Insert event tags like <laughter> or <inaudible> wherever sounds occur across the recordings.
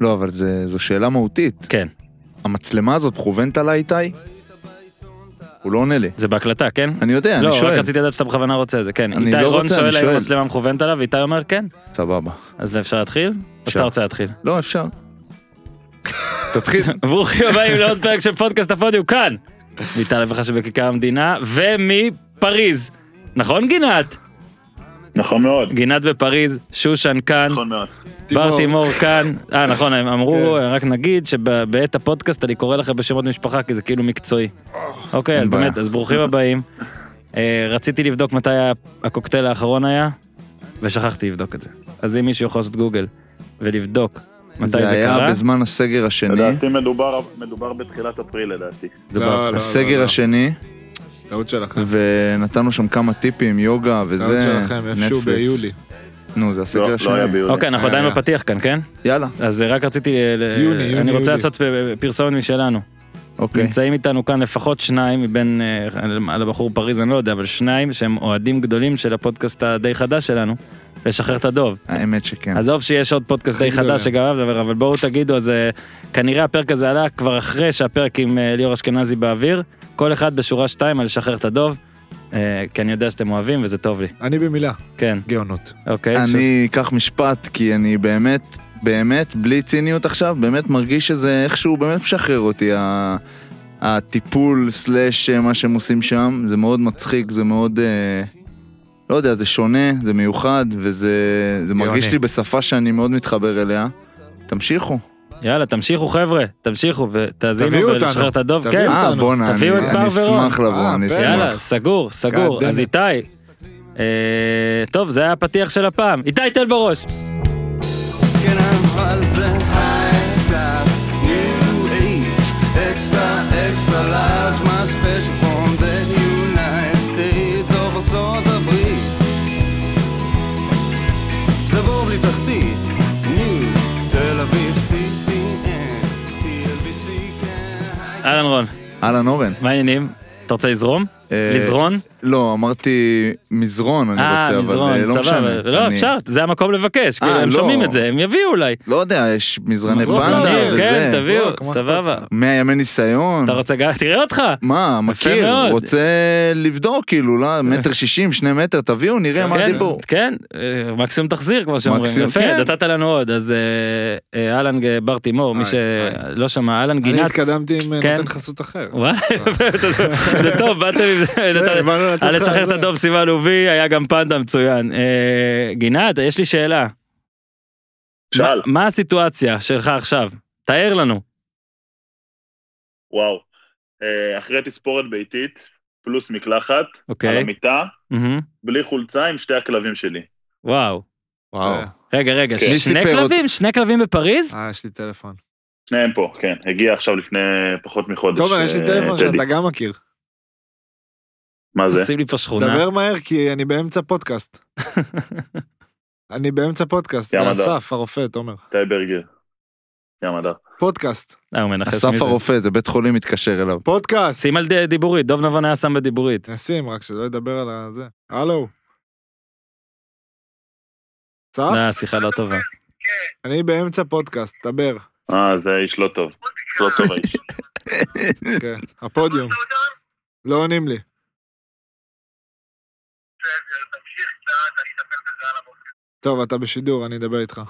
לא, אבל זה, זו שאלה מהותית. כן. המצלמה הזאת מכוונת עליי, איתי? הוא לא עונה לי. זה בהקלטה, כן? אני יודע, לא, אני שואל. רק רציתי לדעת שאתה בכוונה רוצה את זה, כן. אני איתי לא רון רוצה, אני שואל האם שואל. המצלמה מכוונת עליו, ואיתי אומר כן. סבבה. אז לא, אפשר להתחיל? או אפשר. שאתה רוצה להתחיל? לא, <laughs> אפשר. תתחיל. ברוכים הבאים לעוד פרק של פודקאסט הפודיו, כאן! מטל וחש בכיכר המדינה, ומפריז. נכון גינת? נכון מאוד. גינת בפריז, שושן כאן, נכון מאוד. בר תימור כאן. אה, נכון, הם אמרו, כן. רק נגיד שבעת הפודקאסט אני קורא לכם בשמות משפחה, כי זה כאילו מקצועי. אוקיי, אה, אין אז בעיה. באמת, אז ברוכים הבאים. אה, רציתי לבדוק מתי ה- הקוקטייל האחרון היה, ושכחתי לבדוק את זה. אז אם מישהו יכול לעשות גוגל ולבדוק מתי זה זה קרה, היה בזמן הסגר השני. לדעתי מדובר, מדובר בתחילת אפריל לדעתי. זה לא, ב- לא, לא, הסגר לא. השני, טעות שלכם. ונתנו שם כמה טיפים, יוגה וזה. טעות שלכם, איפשהו נטפליקס. ביולי. נו, זה לא, הסגר לא היה השני. ביולי. אוקיי, אנחנו היה, עדיין היה. בפתיח כאן, כן? יאללה, אז אה, רק רציתי, אה, ל- יוני, יוני, אני רוצה יוני. לעשות אה, פרסומת משלנו. אוקיי. נמצאים איתנו כאן לפחות שניים מבין, אה, על הבחור פריז אני לא יודע, אבל שניים שהם אוהדים גדולים של הפודקאסט הדי חדש שלנו, לשחרר את הדוב. האמת שכן. עזוב שיש עוד פודקאסט כן. הכי די גדולים. חדש שגם עליו לדבר, אבל בואו תגידו, אז אה, כנראה הפרק הזה עלה כבר אחרי שהפרק עם אה, ליאור אשכנזי באוויר, כל אחד בשורה שתיים על לשחרר את הדוב, אה, כי אני יודע שאתם אוהבים וזה טוב לי. אני במילה, כן, גאונות. אוקיי. אני אקח משפט, כי אני באמת, באמת, בלי ציניות עכשיו, באמת מרגיש שזה איכשהו באמת משחרר אותי, ה- הטיפול סלאש אה, מה שהם עושים שם, זה מאוד מצחיק, זה מאוד, אה, לא יודע, זה שונה, זה מיוחד, וזה זה מרגיש יוני. לי בשפה שאני מאוד מתחבר אליה. תמשיכו. יאללה, תמשיכו חבר'ה, תמשיכו ותאזינו תביאו אותנו, ולשחרר את הדוב. תביאו כן, אותנו. אה, בואנה, אני תביאו את אני בר ורון. אשמח לבוא, אה, אני בטח. יאללה, אשמח. סגור, סגור. God damn אז it. איתי, אה, טוב, זה היה הפתיח של הפעם. איתי, תן בראש. כן אבל זה high class, new age, extra, extra large, my special from the United States of ארצות הברית. זה בור בלי תחתית, ניו, תל אביב, CPN, TLBC, כן, היי. אהלן רון, אהלן אורן. מה העניינים? אתה רוצה לזרום? אה, לזרון? לא, אמרתי מזרון, אני אה, רוצה, אבל אה, מזרון, לא משנה. סבבה. לא, אני- אפשר, זה המקום לבקש. כאילו, הם לא. שומעים את זה, הם יביאו אולי. לא יודע, יש מזרני מזרון פנדה זרניר, כן, וזה. זרוק, תביאו, מה סבבה. מאה ימי ניסיון. אתה רוצה גם, תראה אותך. מה, מכיר, מאוד. רוצה לבדוק, כאילו, <laughs> לא, מטר שישים, שני מטר, תביאו, נראה מה כן, הדיבור. כן, אה, מקסימום תחזיר כמו שאומרים. מקסימום, יפה, כן. נתת לנו עוד, אז אה, אה, אהלן אה, בר תימור, מי היי, היי. שלא שמע, אהלן אני גינת. התקדמתי עם אה, כן. נותן חסות אחר. וואלה, <laughs> זה טוב, באתם <laughs> עם זה, נתת- באנו לתת לך על אה, לשחרר את זה. הדוב סימן ובי, היה גם פנדה מצוין. אה, גינת, יש לי שאלה. שאל, מה- מה הסיטואציה שלך עכשיו? תאר לנו. וואו. אה, אחרי תספורת ביתית, פלוס מקלחת, על אוקיי. המיטה, מהמם. בלי חולצה עם שתי הכלבים שלי. וואו. אה, וואו. רגע, רגע, כן. מי שני סיפר כלבים? שני כלבים בפריז? אה, יש לי טלפון. שניהם פה, כן. הגיע עכשיו לפני פחות מחודש. תומר, יש לי אה, טלפון טדי. שאתה גם מכיר. מה זה? עושים לי פה שכונה. דבר מהר, כי אני באמצע <laughs> פודקאסט. אני באמצע פודקאסט, ים זה הדר. אסף, הרופא, תומר. טי ברגר. ים הדר. פודקאסט, אה, הוא מנחש מי אסף זה. הרופא, זה בית חולים מתקשר אליו. פודקאסט. שים על ד- דיבורית, דוב נבון היה שם בדיבורית. נשים, רק שלא ידבר על ה- זה. הלו. לא, צף? שיחה לא טובה. אני באמצע פודקאסט, דבר. אה, זה איש לא טוב. לא טוב האיש. כן, הפודיום. לא עונים לי. טוב, אתה בשידור, אני אדבר איתך.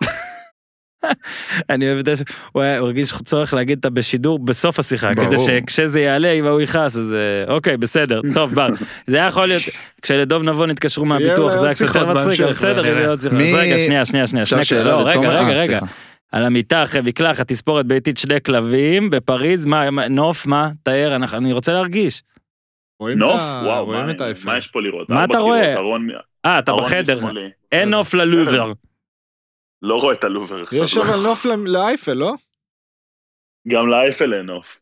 אני אוהב את זה, ש- הוא היה- הוא הרגיש צורך להגיד את הבשידור בסוף השיחה, ברור. כדי שכשזה יעלה, אם ההוא יכעס, אז אה, אוקיי, בסדר, טוב, <laughs> בר. זה היה יכול להיות, כשלדוב נבון התקשרו מהביטוח, אולי זה היה עוד קצת יותר שיחות מצחיק, אבל בהמשך, בסדר, ונראה. יהיה עוד שיחה. מי- אז רגע, שנייה, שנייה, שנייה, אפשר שני שאלה כלבים, לא, רגע, לתומר? רגע, אה, רגע. סליחה. על המיטה אחרי מקלחת, תספורת ביתית, שני כלבים, בפריז, מה, מה- נוף, מה, תאר, אנחנו- אני רוצה להרגיש. רואים את נוף? ה- וואו, רואים מה- את האיפה. מה יש פה לראות? מה ארבע אתה קירות, רואה? ארון מ- אה, אתה ארון בחדר, משמאלי. אין נוף ללובר. לא רואה את הלובר עכשיו. יש אבל נוף ל- לאייפל, לא? גם לאייפל אין נוף.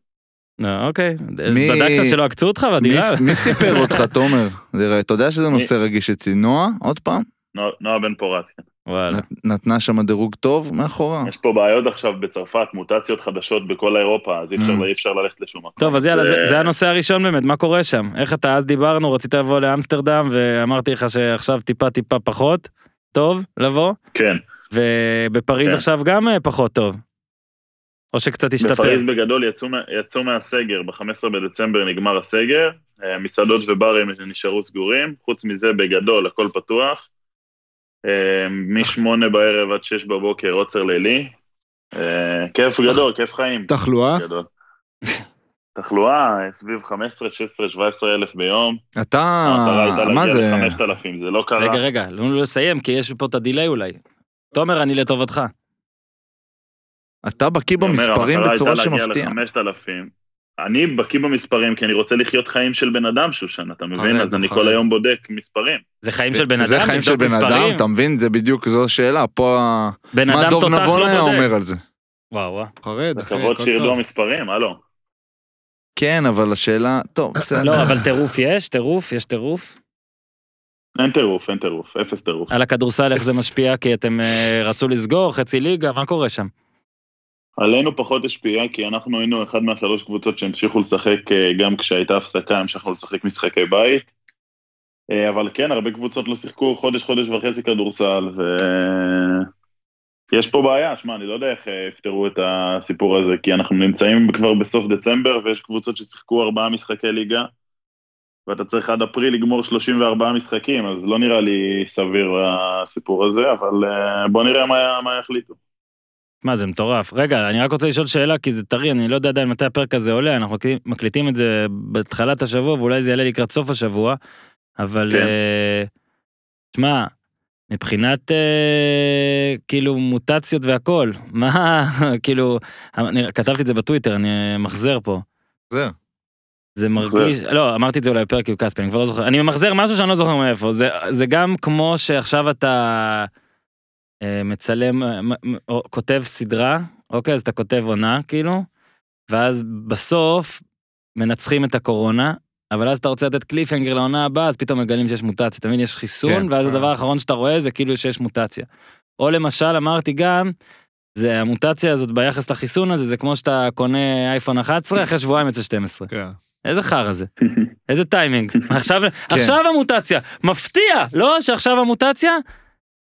אה, אוקיי, מי- בדקת שלא עקצו אותך מי- בדירה? מי סיפר אותך, תומר? זה- אתה יודע שזה נושא רגיש אצלי. נועה, עוד פעם, נועה- נועה בן פורת. כן. וואלה. נת- נתנה שם דירוג טוב מאחורה. יש פה בעיות עכשיו בצרפת, מוטציות חדשות בכל אירופה, אז אי אפשר- Mm. אי אפשר ללכת לשום מקום. טוב אז יאללה זה, זה- זה הנושא הראשון באמת מה קורה שם איך אתה אז דיברנו רצית לבוא לאמסטרדם ואמרתי לך שעכשיו טיפה טיפה פחות טוב לבוא כן, ובפריז כן. עכשיו גם אה, פחות טוב או שקצת השתפר. בפריז בגדול יצאו, מה- יצאו מהסגר, ב-15 בדצמבר נגמר הסגר, אה, מסעדות וברים נשארו סגורים, חוץ מזה בגדול הכל פתוח. אה, משמונה בערב עד שש בבוקר עוצר לילי. אה, כיף גדול, כיף חיים. תחלואה? גדול. תחלואה אה, סביב 15, 16, 17 אלף ביום. אתה, המטרה הייתה אה, מה להגיע זה? ל-5,000, זה לא קרה. רגע, רגע, תנו לי לסיים, כי יש פה את הדיליי אולי. תומר, אני לטובתך. אתה בקיא אני אומר, במספרים המטרה בצורה הייתה להגיע שמפתיעה. ל-5,000. אני בקיא במספרים, כי אני רוצה לחיות חיים של בן אדם שושן, אתה מבין? חרד, אז אני כל חרד. היום בודק מספרים. זה חיים של בן אדם, זה חיים של לבדוק בן אדם, מספרים? אתה מבין? זה בדיוק זו השאלה. פה, ה- בן מה אדם דוב תותח לא נבון היה בודק. אומר על זה? וואו, וואו. חרד, אחי, לפחות הכל שירדו טוב. המספרים, הלו. כן, אבל השאלה, טוב, לא, בסדר. אבל טירוף יש, טירוף, יש טירוף. אין טירוף, אין טירוף, אפס טירוף. על הכדורסל, איך זה משפיע? כי אתם אה, רצו לסגור, חצי ליגה, מה קורה שם? עלינו פחות השפיע, כי אנחנו היינו אחד מהשלוש קבוצות שהמשיכו לשחק, אה, גם כשהייתה הפסקה, המשכנו לשחק משחקי בית. אה, אבל כן, הרבה קבוצות לא שיחקו חודש, חודש וחצי כדורסל, ו... יש פה בעיה, שמע, אני לא יודע איך אה, יפתרו את הסיפור הזה, כי אנחנו נמצאים כבר בסוף דצמבר, ויש קבוצות ששיחקו ארבעה משחקי ליגה, ואתה צריך עד אפריל לגמור 34 משחקים, אז לא נראה לי סביר הסיפור הזה, אבל אה, בוא נראה מה, מה יחליטו. מה זה מטורף. רגע, אני רק רוצה לשאול שאלה, כי זה טרי, אני לא יודע עדיין מתי הפרק הזה עולה, אנחנו מקליטים- מקליטים את זה בהתחלת השבוע, ואולי זה יעלה לקראת סוף השבוע, אבל... כן. אה, שמע, מבחינת אה, כאילו מוטציות והכל, <laughs> מה, כאילו, אני כתבתי את זה בטוויטר, אני אה, מחזר פה. זה. זה מרגיש, לא, אמרתי את זה אולי בפרק עם כספי, אני כבר לא זוכר. אני ממחזר משהו שאני לא זוכר מאיפה. זה, זה גם כמו שעכשיו אתה אה, מצלם, אה, מ- מ- או, כותב סדרה, אוקיי, אז אתה כותב עונה, כאילו, ואז בסוף מנצחים את הקורונה, אבל אז אתה רוצה לתת קליפהנגר לעונה הבאה, אז פתאום מגלים שיש מוטציה. אתה מבין, יש חיסון, כן. ואז הדבר האחרון שאתה רואה זה כאילו שיש מוטציה. או למשל, אמרתי גם, זה המוטציה הזאת ביחס לחיסון הזה, זה כמו שאתה קונה אייפון 11, אחרי שבועיים יוצא 12. כן. איזה <laughs> חרא זה? איזה טיימינג? עכשיו, כן. עכשיו המוטציה, מפתיע, לא? שעכשיו המוטציה?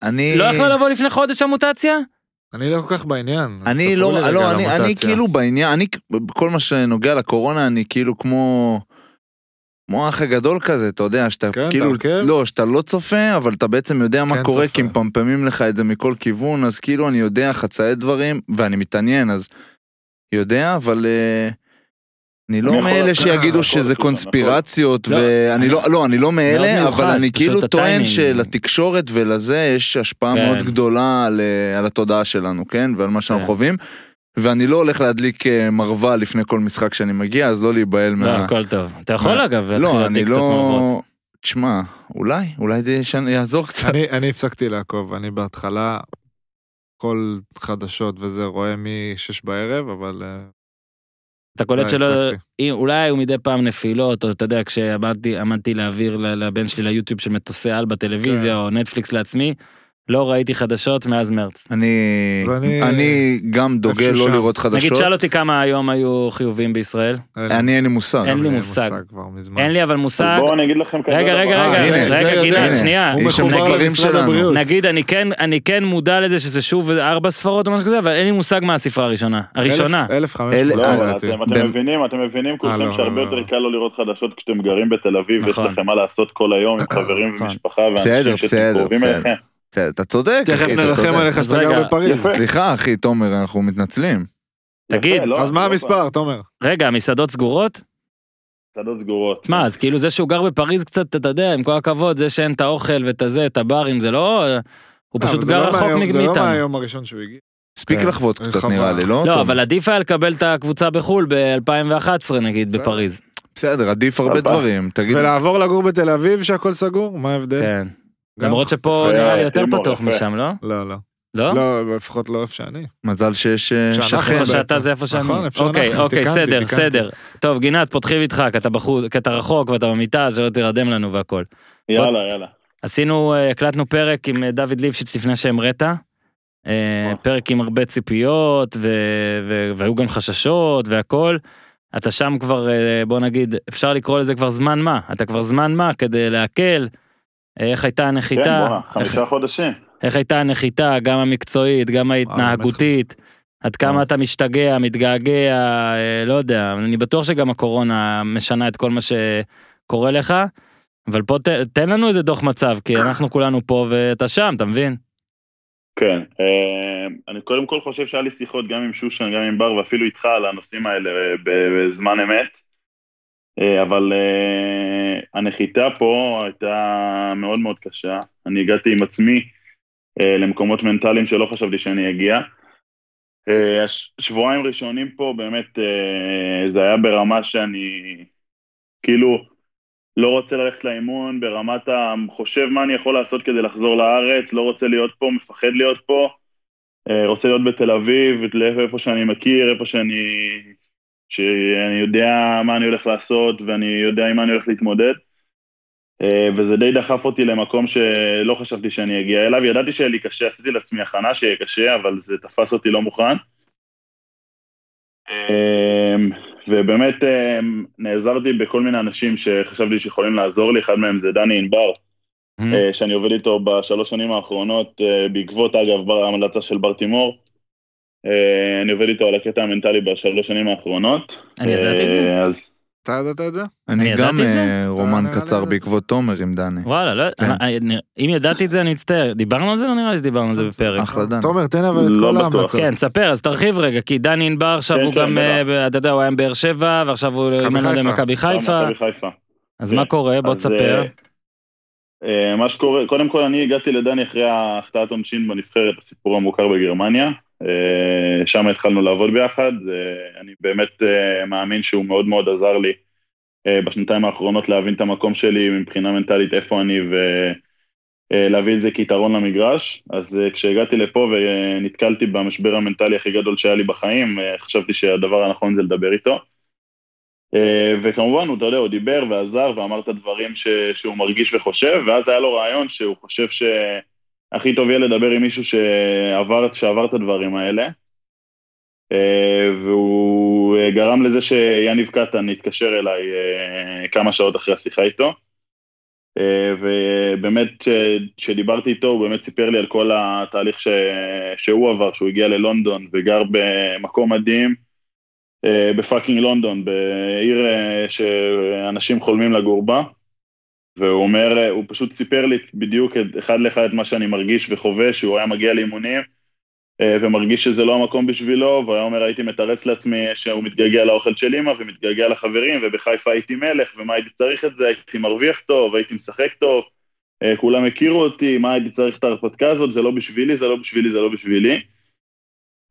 אני... לא יכלה לבוא לפני חודש המוטציה? אני לא כל כך בעניין. אז אני ספרו לי רגע לא, על לא, אני, אני המוטציה. כאילו בעניין, אני, בכל מה שנוגע לקורונה, אני כאילו כמו, כמו האח הגדול כזה, אתה יודע, שאתה כן, אתה כאילו, עוקב? לא, שאתה לא צופה, אבל אתה בעצם יודע מה כן קורה, צופה. כי מפמפמים לך את זה מכל כיוון, אז כאילו אני יודע חצאי דברים, ואני מתעניין, אז יודע, אבל... אה, אני אני לא יכול- מאלה אה, שיגידו הכל שזה בסדר, קונספירציות, לא, ואני אני- לא, לא, אני לא מאלה, מיוחד, אבל אני פשוט כאילו טוען הטיימינג. שלתקשורת ולזה יש השפעה כן. מאוד גדולה על, אה, על התודעה שלנו, כן? ועל מה שאנחנו כן. חווים. ואני לא הולך להדליק אה, מרווה לפני כל משחק שאני מגיע, אז לא להיבהל לא, מה... הכל טוב. אתה יכול מה? אגב להתחיל לא, אני להדליק קצת מלוות. לא... תשמע, אולי, אולי זה ישנה- יעזור קצת. אני, אני הפסקתי לעקוב, אני בהתחלה כל חדשות וזה רואה מ-6 בערב, אבל... אה, אתה קולט לא די, שלא... הפסקתי. אם- אולי היו מדי פעם נפילות, או אתה יודע, כשעמדתי עמדתי להעביר ל- לבן שלי ליוטיוב של מטוסי על כן. בטלוויזיה, או נטפליקס לעצמי, לא ראיתי חדשות מאז מרץ. אני... אז אני- אני גם דוגל איפשהו לא שם. לראות נגיד, חדשות. שאל אותי כמה היום היו חיובים בישראל. אני אין לי מושג. אין לי מושג. כבר מזמן. אין לי אבל אז מושג. בואו אני אגיד לכם כזה רגע, דבר. רגע, אה, רגע, הנה, זה רגע, יודע. גדעון, הנה. שנייה. הוא יש שם מחובר דברים למשרד שלנו. הבריאות. נגיד אני כן אני כן מודע לזה שזה שוב ארבע ספרות או משהו כזה אבל אין לי מושג מה הספרה הראשונה הראשונה אלף- 1500 אלה- לא, אה, אבל לדעתי. אתם אתם במ- מבינים, אתם מבינים לא, כולכם לא, שהרבה לא. יותר קל לא לראות חדשות כשאתם גרים בתל אביב, יש נכון. לכם מה לעשות כל היום עם חברים נכון. ומשפחה בסדר, ואנשים בסדר, שאתם קרובים בסדר. אליכם. בסדר, אתה צודק, תכף אחי, אתה נרחם צודק. עליך אז שאתה אוקיי, רגע, גר בפריז. יפה. סליחה, אחי, תומר, אנחנו מתנצלים. תגיד יפה, לא, אז מה לא המספר, תומר? רגע המסעדות סגורות מסעדות סגורות. מה אז כאילו זה שהוא גר בפריז קצת אתה יודע עם כל הכבוד זה שאין את האוכל ואת הזה את הברים זה לא הוא אה, פשוט אבל זה גר לא רחוק מהיום- זה לא מאיתנו מהיום הראשון שהוא הגיע. הספיק כן. לחוות אין קצת לך נראה בעיה. לי, לא? לא תומר? אבל עדיף היה לקבל את הקבוצה בחול ב2011 נגיד בסדר. כן. בפריז בסדר, עדיף הרבה אבל- דברים. תגיד, ולעבור לגור בתל אביב שהכל סגור? מה ההבדל? כן גם- למרות שפה יפה, נראה לי יותר הימור, פתוח יפה. משם לא לא, לא. לא לא, לפחות לא איפה שאני. מזל שיש אה, שאנחנו שכן. איפה שאתה בעצם. זה איפה שאני. נכון, אפשר אוקיי, אנחנו, אוקיי, תיקנתי, סדר, תיקנתי. סדר. טוב, גינת, פותחים איתך, כי אתה בחוץ, כי אתה רחוק ואתה במיטה, שלא תירדם לנו והכל. יאללה, יאללה. עשינו, אה, הקלטנו פרק עם אה, דוד ליפשיץ לפני שהמראת. אה, וואו. פרק עם הרבה ציפיות, ו- ו- והיו גם חששות והכל. אתה שם כבר, אה, בוא נגיד, אפשר לקרוא לזה כבר זמן מה. אתה כבר זמן מה כדי להקל. אה, איך הייתה כן, הנחיתה? בואנה, איך- חמישה חודשים. איך הייתה הנחיתה, גם המקצועית, גם ההתנהגותית. עד כמה אתה משתגע, מתגעגע, אה, לא יודע, אני בטוח שגם הקורונה משנה את כל מה שקורה לך, אבל פה ת, תן לנו איזה דוח מצב, כי אנחנו כולנו פה ואתה שם, אתה מבין? כן, אה, אני קודם כל חושב שהיה לי שיחות גם עם שושן, גם עם בר, ואפילו איתך על הנושאים האלה אה, בזמן אמת. אה, אבל אה, הנחיתה פה הייתה מאוד מאוד קשה. אני הגעתי עם עצמי אה, למקומות מנטליים שלא חשבתי שאני אגיע. אה, הש- שבועיים ראשונים פה, באמת, אה, זה היה ברמה שאני כאילו לא רוצה ללכת לאימון, ברמת ה... חושב מה אני יכול לעשות כדי לחזור לארץ, לא רוצה להיות פה, מפחד להיות פה, אה, רוצה להיות בתל אביב, איפה שאני מכיר, איפה שאני... שאני יודע מה אני הולך לעשות ואני יודע עם מה אני הולך להתמודד. אה, וזה די דחף אותי למקום שלא חשבתי שאני אגיע אליו. ידעתי שיהיה לי קשה, עשיתי לעצמי הכנה שיהיה קשה, אבל זה תפס אותי לא מוכן. אה, ובאמת אה, נעזרתי בכל מיני אנשים שחשבתי שיכולים לעזור לי, אחד מהם זה דני ענבר, Mm-hmm. אה, שאני עובד איתו בשלוש שנים האחרונות, אה, בעקבות אגב בר- ההמלצה של בר תימור. אה, אני עובד איתו על הקטע המנטלי בשלוש שנים האחרונות. אני ידעתי את זה. אה, אז אתה ידעת את זה? אני ידעתי גם את זה? אה, רומן אתה- קצר בעקבות תומר עם דני. וואלה, לא, כן. אני- אני- אם ידעתי את זה אני מצטער, דיברנו על זה? לא נראה לי שדיברנו על זה בפרק. אה, אחלה דני. תומר, תן אבל את לא כל בטוח. ההמלצות. כן, תספר, אז תרחיב רגע, כי דני ענבר עכשיו כן, הוא כן, גם, אה, בטח. ב- אתה יודע, הוא היה עם באר שבע, ועכשיו הוא מכבי אימן על חיפה. מכבי חיפה, מכבי חיפה. אז מה כן. קורה? בוא אז, תספר. אה, אה, מה שקורה, קודם כל אני הגעתי לדני אחרי ההחטאת עונשין בנבחרת, הסיפור המוכר בגרמניה. אה, שם התחלנו לעבוד ביחד. אה, אני באמת אה, מאמין שהוא מאוד מאוד עזר לי אה, בשנתיים האחרונות להבין את המקום שלי מבחינה מנטלית, איפה אני, ולהביא את זה כיתרון למגרש. אז אה, כשהגעתי לפה ונתקלתי במשבר המנטלי הכי גדול שהיה לי בחיים, אה, חשבתי שהדבר הנכון זה לדבר איתו. אה, וכמובן, הוא, אתה יודע, הוא דיבר ועזר ואמר את הדברים ש... שהוא מרגיש וחושב, ואז היה לו רעיון שהוא חושב שהכי טוב יהיה לדבר עם מישהו שעבר, שעבר את הדברים האלה. אה, והוא אה, גרם לזה שיניב קטן התקשר אליי אה, כמה שעות אחרי השיחה איתו. אה, ובאמת, אה, כשדיברתי איתו, הוא באמת סיפר לי על כל התהליך ש... שהוא עבר, שהוא הגיע ללונדון וגר במקום מדהים. אה, בפאקינג לונדון, בעיר אה, שאנשים חולמים לגור בה. והוא אומר, אה, הוא פשוט סיפר לי בדיוק את- אחד לאחד את מה שאני מרגיש וחווה, שהוא היה מגיע לאימונים אה, ומרגיש שזה לא המקום בשבילו, והוא היה אומר, הייתי מתרץ לעצמי שהוא מתגעגע לאוכל של אמא ומתגעגע לחברים, ובחיפה הייתי מלך, ומה הייתי צריך את זה, הייתי מרוויח טוב, הייתי משחק טוב, אה, כולם הכירו אותי, מה הייתי צריך את ההרפתקה הזאת, זה לא בשבילי, זה לא בשבילי, זה לא בשבילי.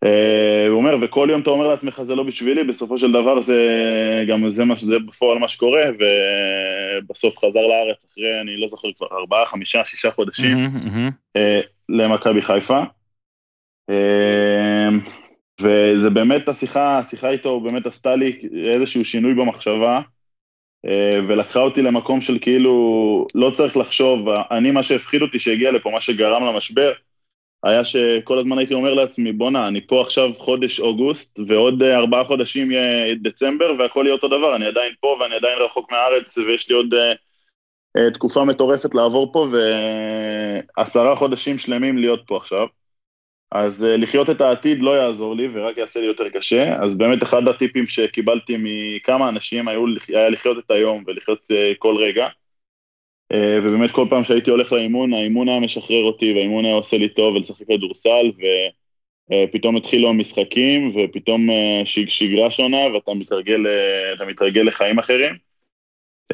אה, הוא אומר, וכל יום אתה אומר לעצמך, זה לא בשבילי, בסופו של דבר זה גם זה מה שזה בפועל מה שקורה, ובסוף חזר לארץ אחרי, אני לא זוכר כבר, ארבעה, חמישה, שישה חודשים, מהמם, מהמם. אה, למכבי חיפה. אה, וזה באמת השיחה, השיחה איתו באמת עשתה לי איזשהו שינוי במחשבה, אה, ולקחה אותי למקום של כאילו, לא צריך לחשוב, אני מה שהפחיד אותי שהגיע לפה, מה שגרם למשבר, היה שכל הזמן הייתי אומר לעצמי, בואנה, אני פה עכשיו חודש אוגוסט, ועוד אה, ארבעה חודשים יהיה דצמבר, והכל יהיה אותו דבר, אני עדיין פה ואני עדיין רחוק מהארץ, ויש לי עוד אה, אה, תקופה מטורפת לעבור פה, ועשרה חודשים שלמים להיות פה עכשיו. אז אה, לחיות את העתיד לא יעזור לי, ורק יעשה לי יותר קשה. אז באמת אחד הטיפים שקיבלתי מכמה אנשים היו, לח- היה לחיות את היום ולחיות אה, כל רגע. אה, ובאמת כל פעם שהייתי הולך לאימון, האימון היה משחרר אותי, והאימון היה עושה לי טוב ולשחק כדורסל, ופתאום התחילו המשחקים, ופתאום אה, שג- שגרה שונה, ואתה מתרגל, אה, אתה מתרגל לחיים אחרים.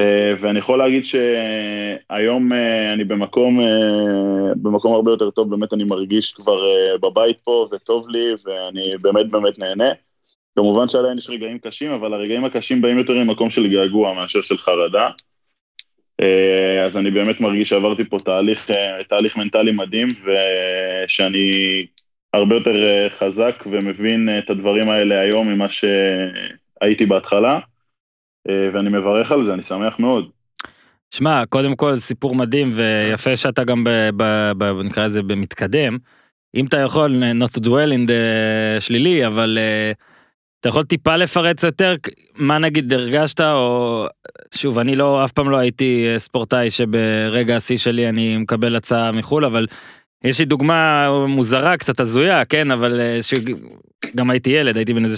אה, ואני יכול להגיד שהיום אה, אני במקום, אה, במקום הרבה יותר טוב, באמת אני מרגיש כבר אה, בבית פה, וטוב לי, ואני באמת באמת נהנה. כמובן שעדיין יש רגעים קשים, אבל הרגעים הקשים באים יותר ממקום של געגוע מאשר של חרדה. אה, אז אני באמת מרגיש שעברתי פה תהליך, אה, תהליך מנטלי מדהים, ושאני הרבה יותר אה, חזק ומבין אה, את הדברים האלה היום ממה שהייתי בהתחלה, אה, ואני מברך על זה, אני שמח מאוד. שמע, קודם כל סיפור מדהים ויפה שאתה גם ב... ב, ב נקרא לזה במתקדם. אם אתה יכול, not to dwell in the שלילי, אבל אה, אתה יכול טיפה לפרט יותר כ- מה נגיד הרגשת, או שוב, אני לא, אף פעם לא הייתי אה, ספורטאי שברגע השיא שלי אני מקבל הצעה מחו"ל, אבל יש לי דוגמה מוזרה, קצת הזויה, כן, אבל אה, שגם הייתי ילד, הייתי בן איזה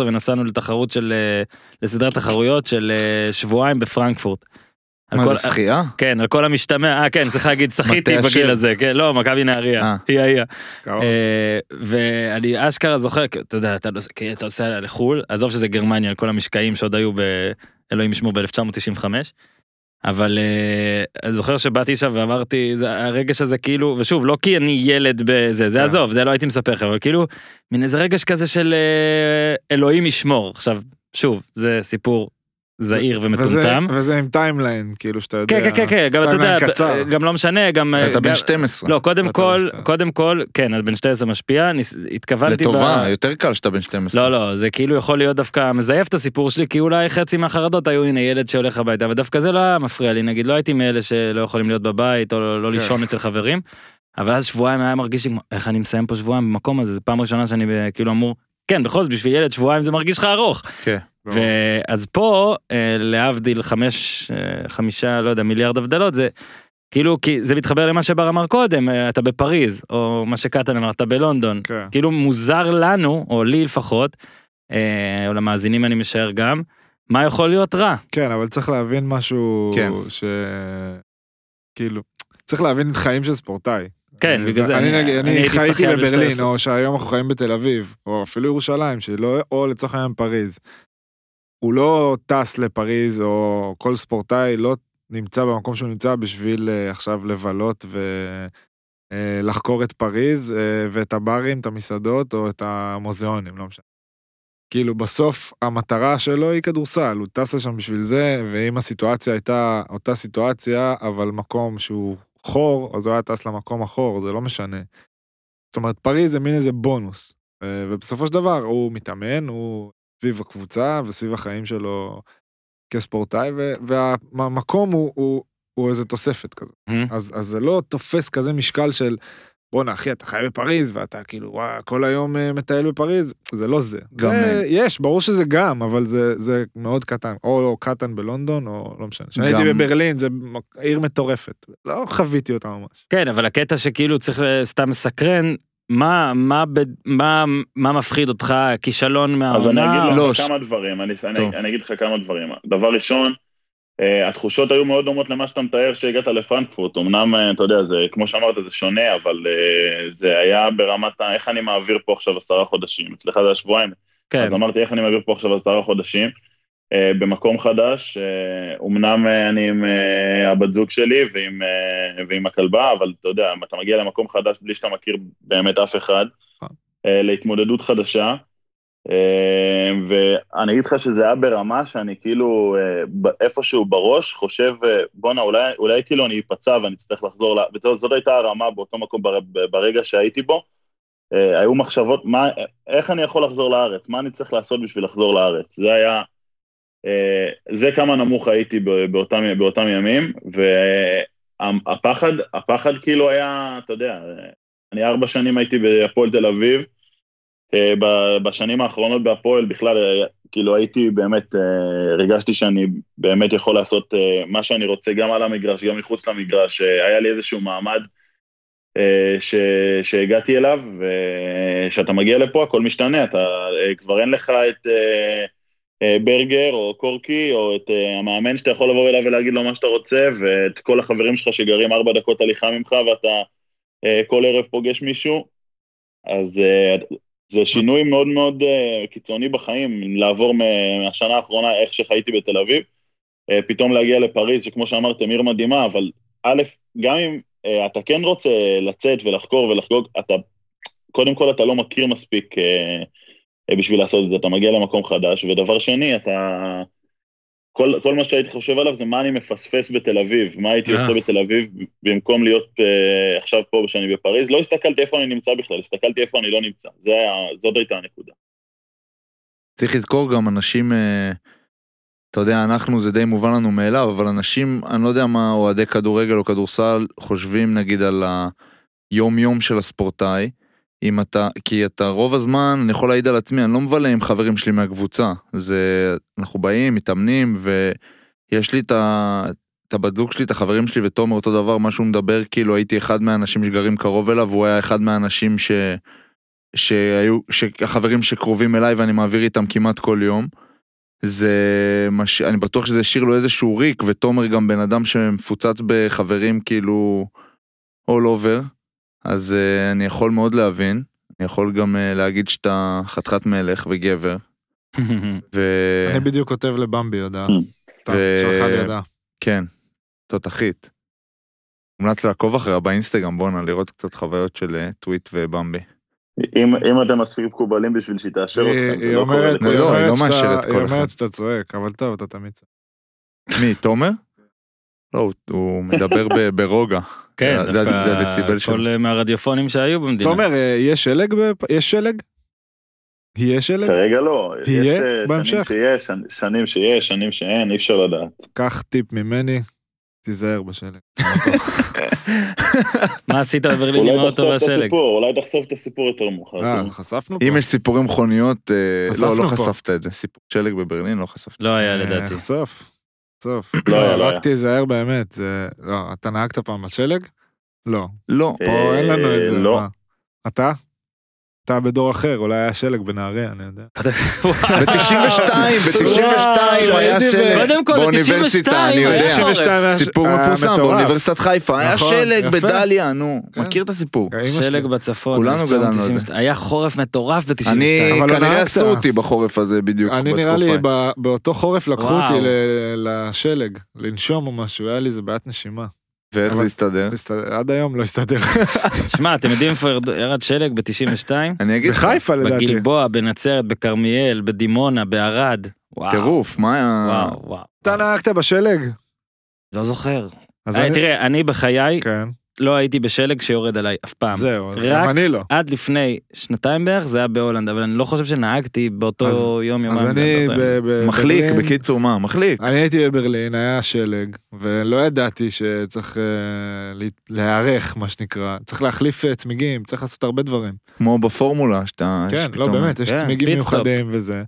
12-13 ונסענו לתחרות של, אה, לסדרת תחרויות של אה, שבועיים בפרנקפורט. על מה כל- זה שחייה? כן, על כל המשתמע, אה כן, צריך להגיד, שחיתי מטה בגיל אשר. הזה, כן, לא, מכבי נהריה, אה. היא היה. קרוב. אה, ואני אשכרה זוכר, כי אתה יודע, אתה נוס- כי אתה נוסע לחו"ל, עזוב שזה גרמניה, על כל המשקעים שעוד היו ב... אלוהים ישמור ב-1995, אבל אה, אני זוכר שבאתי שם ואמרתי, זה, הרגש הזה כאילו, ושוב, לא כי אני ילד בזה, זה כן. עזוב, זה לא הייתי מספר לך, אבל כאילו, מין איזה רגש כזה של אה, אלוהים ישמור. עכשיו, שוב, זה סיפור זהיר וזה- ומטומטם. וזה עם טיימליין, כאילו שאתה יודע. כן, כן, כן, כן, גם אתה יודע, טיימליין קצר. גם לא משנה, גם... אתה גם- בן 12. לא, קודם אתה כל, משפיע. קודם כל, כן, את בן 12 משפיע, ניס- התכוונתי... לטובה, ב- יותר קל שאתה בן 12. לא, לא, זה כאילו יכול להיות דווקא מזייף את הסיפור שלי, כי אולי חצי מהחרדות היו, הנה, ילד שהולך הביתה, אבל דווקא זה לא היה מפריע לי, נגיד, לא הייתי מאלה שלא יכולים להיות בבית, או לא כן. לישון אצל חברים, אבל אז שבועיים היה מרגיש לי, כמו, איך אני מסיים פה שבועיים במקום הזה, זו פעם ראשונה שאני ב- כאילו אמור, כן, בכל זאת, בשביל ילד שבועיים זה מרגיש לך ארוך. ברור. ואז פה, אה, להבדיל חמש, אה, חמישה, לא יודע, מיליארד הבדלות, זה כאילו, כי זה מתחבר למה שבר אמר קודם, אה, אתה בפריז, או מה שקטן אמר, אתה בלונדון. כן. כאילו מוזר לנו, או לי לפחות, אה, או למאזינים אני משער גם, מה יכול להיות רע? כן, אבל צריך להבין משהו כן. ש... כאילו, צריך להבין חיים של ספורטאי. כן, בגלל זה אני, נגיד- אני, הייתי חייתי שחיין בברלין, ב-12. או שהיום אנחנו חיים בתל אביב, או אפילו ירושלים, שלא, או לצורך העניין פריז. הוא לא טס לפריז, או כל ספורטאי לא נמצא במקום שהוא נמצא בשביל אה, עכשיו לבלות ולחקור את פריז, אה, ואת הברים, את המסעדות, או את המוזיאונים, לא משנה. כאילו, בסוף המטרה שלו היא כדורסל, הוא טס לשם בשביל זה, ואם הסיטואציה הייתה אותה סיטואציה, אבל מקום שהוא חור, אז הוא היה טס למקום החור, זה לא משנה. זאת אומרת, פריז זה מין איזה בונוס. אה, ובסופו של דבר, הוא מתאמן, הוא סביב הקבוצה וסביב החיים שלו כספורטאי, ו- והמקום הוא, הוא, הוא איזה תוספת כזו. Mhm. אז, אז זה לא תופס כזה משקל של, בואנה אחי, אתה חי בפריז, ואתה כאילו, וואה, כל היום אה, מטייל בפריז. זה לא זה. גם, זה אה, יש, ברור שזה גם, אבל זה, זה מאוד קטן. או, או קטן בלונדון, או לא משנה. כשאני הייתי גם- בברלין, זה מק- עיר מטורפת. לא חוויתי אותה ממש. כן, אבל הקטע שכאילו צריך אה, סתם לסקרן, מה, מה, ב, מה, מה מפחיד אותך, כישלון אז אני מהעונה? אגיד לא, לך ש- כמה דברים, אני- אני- טוב. אני אגיד לך כמה דברים. דבר ראשון, אה, התחושות היו מאוד דומות למה שאתה מתאר שהגעת לפרנקפורט. אמנם, אה, אתה יודע, זה, כמו שאמרת, זה שונה, אבל אה, זה היה ברמת ה... איך אני מעביר פה עכשיו עשרה חודשים? אצלך זה היה שבועיים, כן, אז אמרתי, איך אני מעביר פה עכשיו עשרה חודשים? אה, במקום חדש, אה, אומנם אה, אני עם אה, הבת זוג שלי ועם, אה, ועם הכלבה, אבל אתה יודע, אתה מגיע למקום חדש בלי שאתה מכיר באמת אף אחד, אה. אה, להתמודדות חדשה. אה, ואני אגיד לך שזה היה ברמה שאני כאילו אה, ב- איפשהו בראש חושב, אה, בואנה, אולי, אולי כאילו אני אפצע ואני אצטרך לחזור, ל... וזאת זאת הייתה הרמה באותו מקום בר, ב- ברגע שהייתי בו. אה, היו מחשבות, מה, איך אני יכול לחזור לארץ? מה אני צריך לעשות בשביל לחזור לארץ? זה היה... אה, זה כמה נמוך הייתי ב- באותם, באותם ימים, והפחד, הפחד כאילו היה, אתה יודע, אה, אני ארבע שנים הייתי בהפועל תל אביב, אה, ב- בשנים האחרונות בהפועל בכלל, אה, כאילו הייתי באמת, אה, הרגשתי שאני באמת יכול לעשות אה, מה שאני רוצה, גם על המגרש, גם מחוץ למגרש, אה, היה לי איזשהו מעמד אה, ש, שהגעתי אליו, וכשאתה מגיע לפה הכל משתנה, אתה אה, כבר אין לך את אה, אה, ברגר או קורקי או את אה, המאמן שאתה יכול לבוא אליו ולהגיד לו מה שאתה רוצה, ואת כל החברים שלך שגרים ארבע דקות הליכה ממך ואתה אה, כל ערב פוגש מישהו, אז אה, זה שינוי מאוד מאוד אה, קיצוני בחיים, לעבור מ- מהשנה האחרונה איך שחייתי בתל אביב, אה, פתאום להגיע לפריז, שכמו שאמרתם, עיר מדהימה, אבל א', גם אם אה, אתה כן רוצה לצאת ולחקור ולחגוג, אתה, קודם כל אתה לא מכיר מספיק אה, אה, בשביל לעשות את זה, אתה מגיע למקום חדש, ודבר שני, אתה... כל, כל מה שהייתי חושב עליו זה מה אני מפספס בתל אביב, מה הייתי אה. עושה בתל אביב במקום להיות אה, עכשיו פה כשאני בפריז, לא הסתכלתי איפה אני נמצא בכלל, הסתכלתי איפה אני לא נמצא, זה היה, זאת הייתה הנקודה. צריך לזכור גם אנשים, אה, אתה יודע, אנחנו זה די מובן לנו מאליו, אבל אנשים, אני לא יודע מה אוהדי כדורגל או כדורסל חושבים נגיד על היום יום של הספורטאי. אם אתה, כי אתה רוב הזמן, אני יכול להעיד על עצמי, אני לא מבלה עם חברים שלי מהקבוצה. זה, אנחנו באים, מתאמנים, ויש לי את ה... את הבת זוג שלי, את החברים שלי ותומר אותו דבר, מה שהוא מדבר, כאילו הייתי אחד מהאנשים שגרים קרוב אליו, והוא היה אחד מהאנשים ש... שהיו, שהחברים שקרובים אליי ואני מעביר איתם כמעט כל יום. זה, מש... אני בטוח שזה השאיר לו איזשהו ריק, ותומר גם בן אדם שמפוצץ בחברים כאילו all over, אז uh, אני יכול מאוד להבין, אני יכול גם uh, להגיד שאתה חתיכת מלך וגבר, <laughs> ו... אני בדיוק כותב לבמבי הודעה. טוב, ו- שלחה לי הודעה. כן, תותחית. מומלץ לעקוב אחריה באינסטגרם, בואנה, לראות קצת חוויות של אה, טוויט ובמבי. אם, אם אתם מספיק מקובלים בשביל שהיא תאשר אתכם, היא זה היא לא קורה אומרת אה, לא, לכל היא לא, אומרת היא לא שאתה- מאשרת היא כל אחד. אומרת שאתה צועק, אבל טוב, אתה תמיד צועק. מי, תומר? לא, הוא- הוא מדבר ב- ברוגע. כן, זה- זה- זה הדציבל דווקא שלו. כל אה, מהרדיופונים שהיו במדינה. תומר, אה, יש שלג? בפ- יש שלג? יהיה שלג? כרגע לא, יהיה יש אה, שנים בהמשך. שיש, שנ- שנים שיש, שנים שאין, אי אפשר לדעת. קח טיפ ממני, תיזהר בשלג. מה עשית בברלין עם אולי האוטו תחשוף את והשלג? הסיפור, אולי תחשוף את הסיפור יותר מאוחר. אה, טוב. חשפנו פה. אם יש סיפורים חוניות, אה, לא, חשפנו לא פה. חשפת את זה. סיפור שלג בברלין, לא חשפת. לא היה אה, לדעתי. חשוף, חשוף. <clears throat> לא היה, לא היה. רק תיזהר באמת, זה... לא, אתה נהגת פעם על שלג? לא. לא. פה אה, אין לנו את זה. לא. מה? אתה? אתה בדור אחר, אולי היה שלג בנהריה, אני יודע. <laughs> ב-92, ב-92 היה שהייתי ב- שלג. קודם כל, באוניברסיטה, אני 92 היה יודע. שלג. 92 היה- כן, סיפור היה מפורסם, מטורף. באוניברסיטת חיפה, היה נכון, שלג יפה. בדליה, נו. כן. מכיר את הסיפור. אמא שלי. שלג בצפון. כולנו גדלנו על זה. 1992. היה חורף מטורף ב-92. אני, אבל לא כנראה נהגת. עשו אותי בחורף הזה בדיוק, אני נראה לי בתקופה. ב- באותו חורף לקחו וואו. אותי ל- לשלג, לנשום או משהו, היה לי איזה בעיית נשימה. ואיך זה אבל- הסתדר? הסת- עד היום לא הסתדר. שמע, אתם יודעים איפה ירד- ירד שלג ב-92? אני אגיד לך, בחיפה <laughs> לדעתי. בגלבוע, בנצרת, בכרמיאל, בדימונה, בערד. וואו. טירוף, מה היה... אה. וואו, וואו. אתה נהגת בשלג? לא זוכר. אז אה, אני- תראה, אני בחיי כן, לא הייתי בשלג שיורד עליי אף פעם. זהו, אז אה, רק- גם אני לא. עד לפני שנתיים בערך זה היה בהולנד, אבל אני לא חושב שנהגתי באותו יום אז יומיים. אני לא ב- טועה. ב- מחליק, בברלין- אה. בקיצור מה, מחליק. אני הייתי בברלין, היה שלג, ולא ידעתי שצריך אה, להת- להיערך, מה שנקרא. צריך להחליף אה, צמיגים, צריך לעשות הרבה דברים. כמו בפורמולה שאתה... כן, לא שפתאום- באמת, יש כן, צמיגים pit stop. מיוחדים וזה.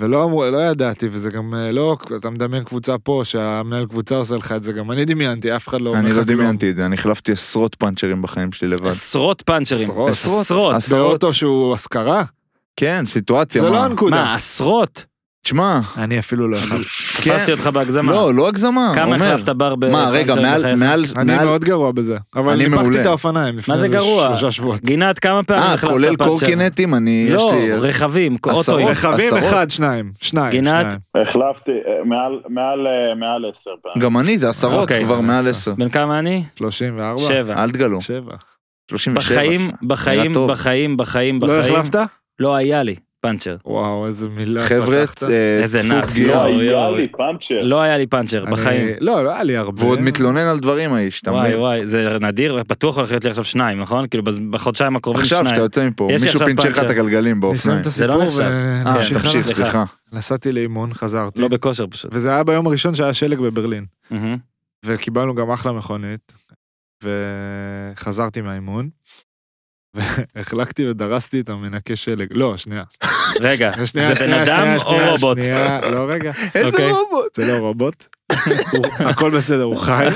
ולא אמרו, לא ידעתי, וזה גם אה, לא, אתה מדמיין קבוצה פה, שהמנהל קבוצה עושה לך את זה, גם אני דמיינתי, אף אחד לא אומר אני לך לא כלום. דמיינתי את זה, אני החלפתי עשרות פאנצ'רים בחיים שלי לבד. עשרות פאנצ'רים. עשרות. עשרות. עשרות. באוטו שהוא השכרה? כן, סיטואציה. זה מה? לא הנקודה. מה, כן. עשרות? תשמע, אני אפילו לא יכול. כן. תפסתי אותך בהגזמה. לא, לא הגזמה. כמה אומר. החלפת בר ב... מה, רגע, פאנצ'רים מעל... בחייך? מעל... אני מעל- מאוד גרוע בזה, אבל אני ניפחתי מעולה. את האופניים לפני מה זה איזה גרוע? שלושה שבועות. גינת, כמה פעמים אה, החלפת כולל פאנצ'ר? קורקינטים, אני... יש לא, לי... רכבים, עשרות. אוטו. רכבים עשרות. אחד, שניים, שניים, גינת? שניים. החלפתי אה, מעל- מעל, אה, מעל עשר פעמים. גם אני, זה עשרות אוקיי. כבר מעל עשר. עשר. בן כמה אני? 34? שבע. אל תגלו. שבע. 37. בחיים, בחיים, אה, נראה טוב. בחיים, בחיים, לא בחיים, החלפת? לא היה לי פאנצ'ר. וואו, איזה מילה חבר'ה, פתחת. אה, איזה צפוף נאחס, גילה. לא, אוי, היה אוי. לי פאנצ'ר. לא היה לי פאנצ'ר, אני- בחיים. לא, לא היה לי הרבה. והוא עוד מתלונן על דברים האיש, אתה וואי מבין? וואי, זה נדיר, בטוח הולך להיות לי עכשיו שניים, נכון? כאילו בז- בחודשיים הקרובים עכשיו שניים. שאתה יוצא מפה, יש לי מישהו עכשיו פינצ'ר לך את פאנצ'ר. הגלגלים נסיים באופניים. את זה לא הסיפור נחשב. אה, ונמשיך תמשיך, הלאה. סליחה. נסעתי לאימון, חזרתי. לא בכושר פשוט. וזה היה ביום הראשון שהיה שלג בברלין. מהמם. וקיבלנו גם אחלה מכונית, וחזרתי מהאימון, <laughs> והחלקתי ודרסתי את המנקה שלג. לא, שנייה. רגע, שנייה, זה בן שנייה, אדם שנייה, או שנייה, רובוט? שנייה, לא, רגע. <laughs> איזה אוקיי. רובוט. זה לא רובוט. הוא- הכל בסדר, הוא <laughs> חי.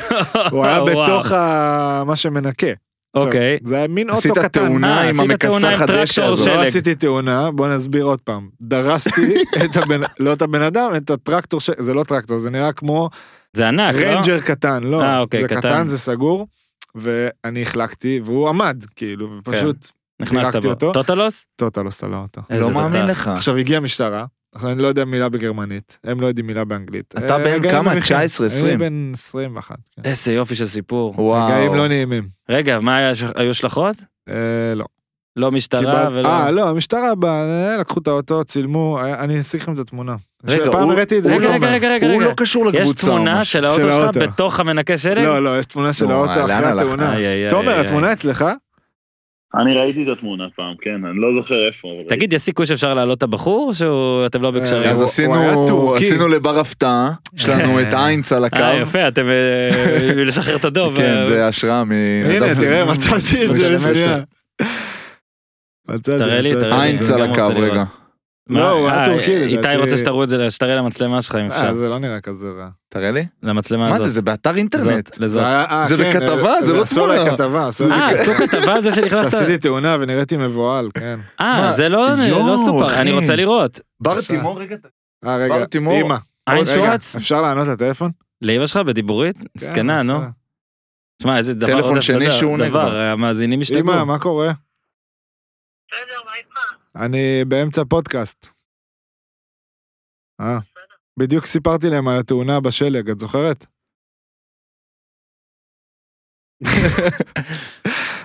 הוא היה וואו. בתוך ה- מה שמנקה. <laughs> אוקיי. עכשיו, זה היה מין עשית אוטו קטן. תאונה אה, עם עשית תאונה עם המכסחת דשא טרקטור הזאת. שלג. לא עשיתי תאונה, בוא נסביר עוד פעם. <laughs> דרסתי את הבן, לא את הבן אדם, את הטרקטור, ש... זה לא טרקטור, זה נראה כמו זה ענק, לא? ריינג'ר קטן, לא. אה, אוקיי, זה קטן. קטן. זה סגור, ואני החלקתי, והוא עמד, כאילו, ופשוט נכנסת פירקתי בו. אותו. טוטלוס? טוטל עשתה לו אותו. איזה לא תותח. מאמין לך. עכשיו הגיעה משטרה, עכשיו אני לא יודע מילה בגרמנית, הם לא יודעים מילה באנגלית. אתה אה, בן רגעים כמה? מביכים. 19, 20? אני בן 21, כן. איזה יופי של סיפור. רגעים וואו. לא נעימים. רגע, מה היה- היו השלכות? אה, לא. לא משטרה קיבל- ולא... אה, לא, המשטרה באה, אה, לקחו את האוטו, צילמו, אה, אני אשיג לכם את התמונה. רגע, פעם הוא- הראיתי את זה. הוא רגע, לא- רגע, רגע, רגע, הוא רגע. לא קשור לקבוצה. יש או תמונה משהו. של של האוטו שלך האוטו. בתוך המנקה שלג? לא, לא, יש תמונה של נו, אה, האוטו לאן אחרי הלכת? התאונה. איי, איי, איי, תומר, איי, התמונה איי. אצלך? אני ראיתי את התמונה פעם, כן, אני לא זוכר איפה. אבל ראיתי. תגיד, יש סיכוי שאפשר להעלות את הבחור, או שאתם לא בקשרים? הוא- אה, אז הוא היה עשינו, טורקי. עשינו לבר הפתעה, יש לנו את איינץ על אה, הקו. יפה, אתם... אה, לשחרר את הדוב. כן, אה, זה השראה מ... הנה, נדב- תראה, מצאתי את זה נדב בשנייה. מצאתי, תראה לי, מצאתי. תראה לי. איינץ על גם רוצה הקו, לראות. רגע. מה- לא, הוא היה אה, טורקי, איתי לדעתי. רוצה שתראו את זה, שתראה למצלמה שלך אם אה, אפשר. זה לא נראה כזה רע. תראה לי. למצלמה מה הזאת. זה, זה באתר אינטרנט. זאת, לזאת. היה- אה, זה כן, בכתבה? זה לא אסור תמונה. לכתבה, אסור אה, לכתבה. עשו כתבה על זה שנכנסת? שעשיתי תאונה ונראיתי מבוהל, כן. אה, מה? זה לא לא יואו, סופר, אחי. אני רוצה לראות. בר בבקשה. תימור, רגע. אה, בר רגע, תימור. אימא. עין רגע, שורץ? אפשר לענות לטלפון? לאמא שלך בדיבורית? זקנה, כן, נו. בסדר. שמע, איזה דבר טלפון עודף שני דבר- שהוא נגמר. <laughs> דבר, המאזינים השתגעו. אימא, מה קורה? בסדר, מה איתך? אני באמצע פודקאסט. אה, בדיוק סיפרתי להם על התאונה בשלג, את זוכרת?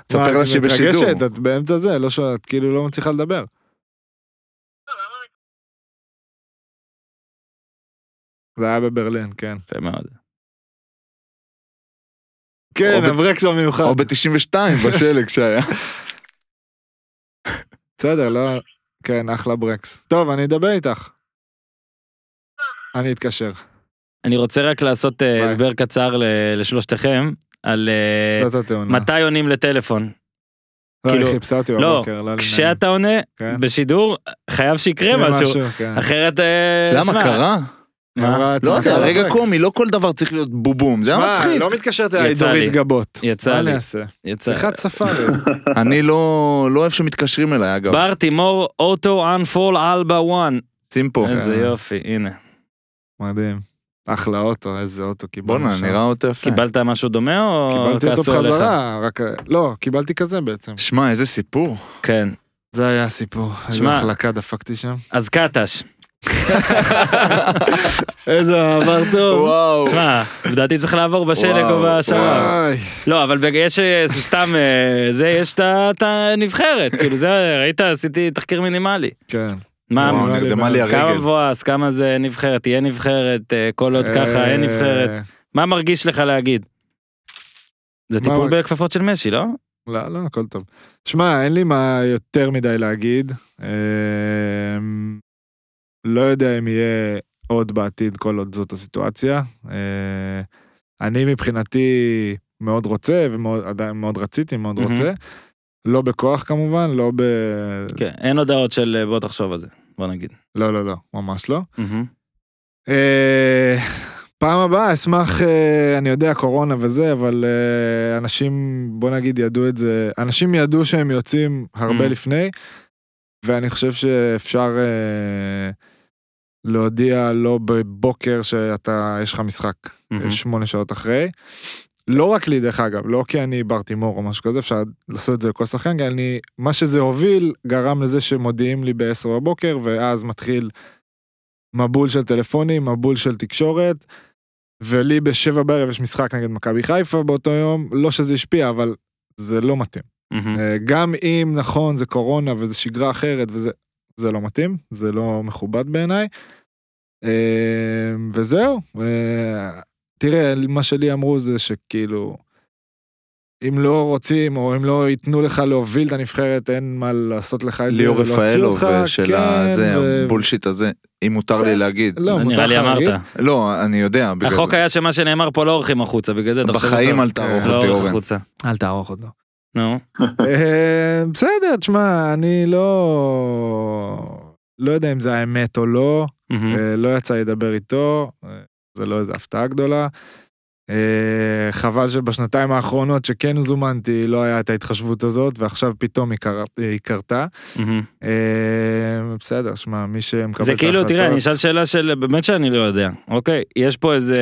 תספר מה, לה את שבשידור. מתרגשת, את באמצע זה, לא ש... את כאילו לא מצליחה לדבר. לא, למה רק- זה היה בברלין, כן. יפה מאוד. כן, ב- הברקס המיוחד. או ב-92 בשלג שהיה. בסדר, לא... כן, אחלה ברקס. טוב, אני אדבר איתך. אה. אני אתקשר. אני רוצה רק לעשות אה, ביי. הסבר קצר ל- לשלושתכם על אה, זאת התאונה. מתי עונים לטלפון. לא, היא כאילו- חיפשה אותי לא, בבוקר, לא, לי נעים. כשאתה עונה כן. בשידור, חייב שיקרה כן, משהו. כן. אחרת, אה, למה שמע, קרה? היא מה? אמרה, לא צחקה יודע, על רגע הברקס. קומי, לא כל דבר צריך להיות בובום, זה היה שמע, מצחיק. לא מתקשרת יצא אליי דורית לי. גבות. מה יצא לי, אני אעשה? יצא. לי. שיחת ספארי. אני לא לא אוהב שמתקשרים אליי, אגב. בר תימור אוטו אנפול אלבה וואן. שים פה. אה, איזה כן. יופי, הנה. מדהים. אחלה אוטו, איזה אוטו קיבלנו בואנה, שם. נראה אותו יפה. קיבלת משהו דומה או קיבלתי אותו כעסו אה, עליך? בחזרה, רק... לא, קיבלתי כזה בעצם. שמע, איזה סיפור. כן. זה היה הסיפור. איזה שמע. החלקה דפקתי שם. אז קטש. איזה עבר טוב. וואו. <laughs> שמע, לדעתי צריך לעבור בשלג או וואו, בשער. לא, אבל בג- יש אה, זה סתם, אה, זה, יש את ה- את הנבחרת. כאילו, זה, ראית, עשיתי תחקיר מינימלי. כן. מה, וואו, נרדמה לי כמה הרגל. מבואס, כמה זה נבחרת, תהיה נבחרת, אה, כל עוד ככה, אין נבחרת. אה, מה מרגיש לך להגיד? זה מה טיפול מרג- בכפפות של משי, לא? לא, לא, הכל טוב. שמע, אין לי מה יותר מדי להגיד. אה, לא יודע אם יהיה עוד בעתיד כל עוד זאת הסיטואציה. אה, אני מבחינתי מאוד רוצה ומאוד עדיין מאוד רציתי, מאוד מהמם. רוצה. לא בכוח כמובן, לא ב... כן, אין הודעות של אה, בוא תחשוב על זה, בוא נגיד. לא, לא, לא, ממש לא. אה, פעם הבאה אשמח, אה, אני יודע, קורונה וזה, אבל אה, אנשים, בוא נגיד, ידעו את זה, אנשים ידעו שהם יוצאים הרבה Mm. לפני, ואני חושב שאפשר אה, להודיע לא בבוקר שאתה, יש לך משחק אה, שמונה שעות אחרי. לא רק לי, דרך אגב, לא כי אני בר תימור או משהו כזה, אפשר לעשות את זה לכל שחקן, כי אני, מה שזה הוביל גרם לזה שמודיעים לי ב-10 בבוקר, ואז מתחיל מבול של טלפונים, מבול של תקשורת, ולי בשבע בערב יש משחק נגד מכבי חיפה באותו יום, לא שזה השפיע, אבל זה לא מתאים. מהמם. אה, גם אם נכון זה קורונה וזה שגרה אחרת וזה זה לא מתאים זה לא מכובד בעיניי. אה, וזהו אה, תראה מה שלי אמרו זה שכאילו. אם לא רוצים או אם לא ייתנו לך להוביל את הנבחרת אין מה לעשות לך את זה. ליאור להוציא רפאלוב אותך, אה, של כן, הזה, ו- הבולשיט הזה, אם מותר לי בסדר. להגיד. לא, מותר אה, נראה לי לך להגיד. אמרת. לא, אני יודע, בגלל החוק זה. היה שמה שנאמר פה לא עורכים החוצה, בגלל זה אתה חושב... בחיים אותו. אל תערוך לא אותי, עורך אורן. החוצה. אל תערוך אותו. נו. אה, בסדר תשמע אני לא לא יודע אם זה האמת או לא. מהמם. אה, לא יצא לי לדבר איתו, אה, זה לא איזה הפתעה גדולה. אה, חבל שבשנתיים האחרונות שכן זומנתי לא היה את ההתחשבות הזאת ועכשיו פתאום היא קרה- אה, היא קרתה. מהמם. אה, בסדר, שמע, מי שמקבל את זה ההחלטות... כאילו, תראה, אני אשאל שאלה של, באמת שאני לא יודע, אוקיי? יש פה איזה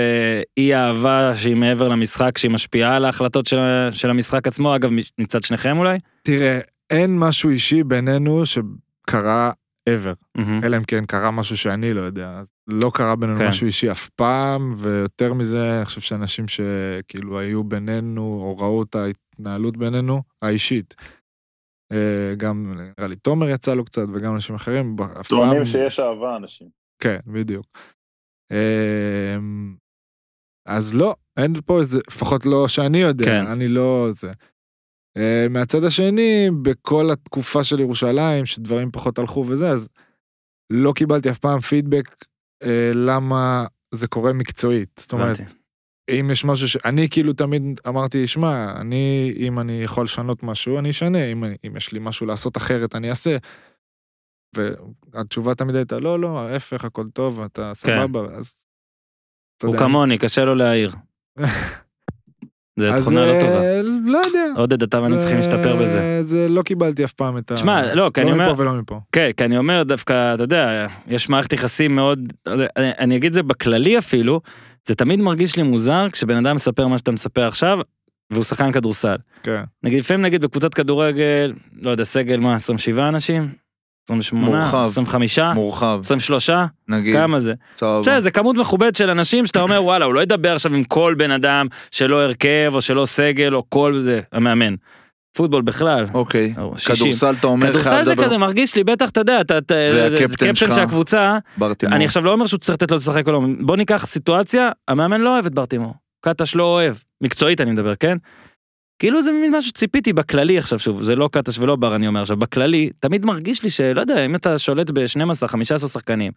אי אהבה שהיא מעבר למשחק, שהיא משפיעה על ההחלטות של, ה- של המשחק עצמו, אגב, מ- מצד שניכם אולי? תראה, אין משהו אישי בינינו שקרה ever. מהמם. אלא אם כן קרה משהו שאני לא יודע. אז לא קרה בינינו Mm-hmm. כן. משהו אישי אף פעם, ויותר מזה, אני חושב שאנשים שכאילו היו בינינו, או ראו את ההתנהלות בינינו, האישית. אה, גם נראה לי תומר יצא לו קצת, וגם אנשים אחרים, ב- אף פעם... טוענים שיש אהבה אנשים. כן, בדיוק. אה, אז לא, אין פה איזה, לפחות לא שאני יודע, כן. כן. אני לא זה. אה, מהצד השני, בכל התקופה של ירושלים, שדברים פחות הלכו וזה, אז לא קיבלתי אף פעם פידבק אה, למה זה קורה מקצועית. זאת אומרת, הבנתי. אם יש משהו ש... אני כאילו תמיד אמרתי, שמע, אני, אם אני יכול לשנות משהו, אני אשנה, אם, אני- אם יש לי משהו לעשות אחרת, אני אעשה. והתשובה תמיד הייתה, לא, לא, ההפך, הכל טוב, אתה סבבה, אז... אתה כן. הוא יודע, כמוני, קשה לו <laughs> להעיר. זה אז תכונה לא אה, טובה. לא יודע. עודד, אתה ואני זה- צריכים להשתפר בזה. זה לא קיבלתי אף פעם את ה... שמע, לא, כי אני לא אומר- מפה ולא מפה. כן, כי אני אומר דווקא, אתה יודע, יש מערכת יחסים מאוד, אני, אני אגיד זה בכללי אפילו, זה תמיד מרגיש לי מוזר כשבן אדם מספר מה שאתה מספר עכשיו, והוא שחקן כדורסל. כן. נגיד, לפעמים נגיד בקבוצת כדורגל, לא יודע, סגל מה, 27 אנשים? 28? מורחב. 25? מורחב, כן. 23? נגיד, כמה זה? סבבה. בסדר, זה כמות מכובדת של אנשים שאתה אומר, וואלה, הוא לא ידבר עכשיו עם כל בן אדם שלא הרכב, או שלא סגל, או כל זה, המאמן. פוטבול בכלל. אוקיי, או 60. כדורסל אתה אומר לך, כדורסל זה לדבר, כזה מרגיש לי, בטח, אתה יודע, אתה אתה- והקפטן קפטן שלך? של הקבוצה, ברטימור. אני עכשיו לא אומר שהוא צריך לתת לו לשחק או לא, בוא ניקח סיטואציה, המאמן לא אוהב את ברטימור, קטש לא אוהב, מקצועית אני מדבר, כן? כאילו זה מין משהו שציפיתי בכללי עכשיו, שוב, זה לא קטש ולא בר אני אומר עכשיו, בכללי, תמיד מרגיש לי שלא יודע, אם אתה שולט ב-12-15 שחקנים,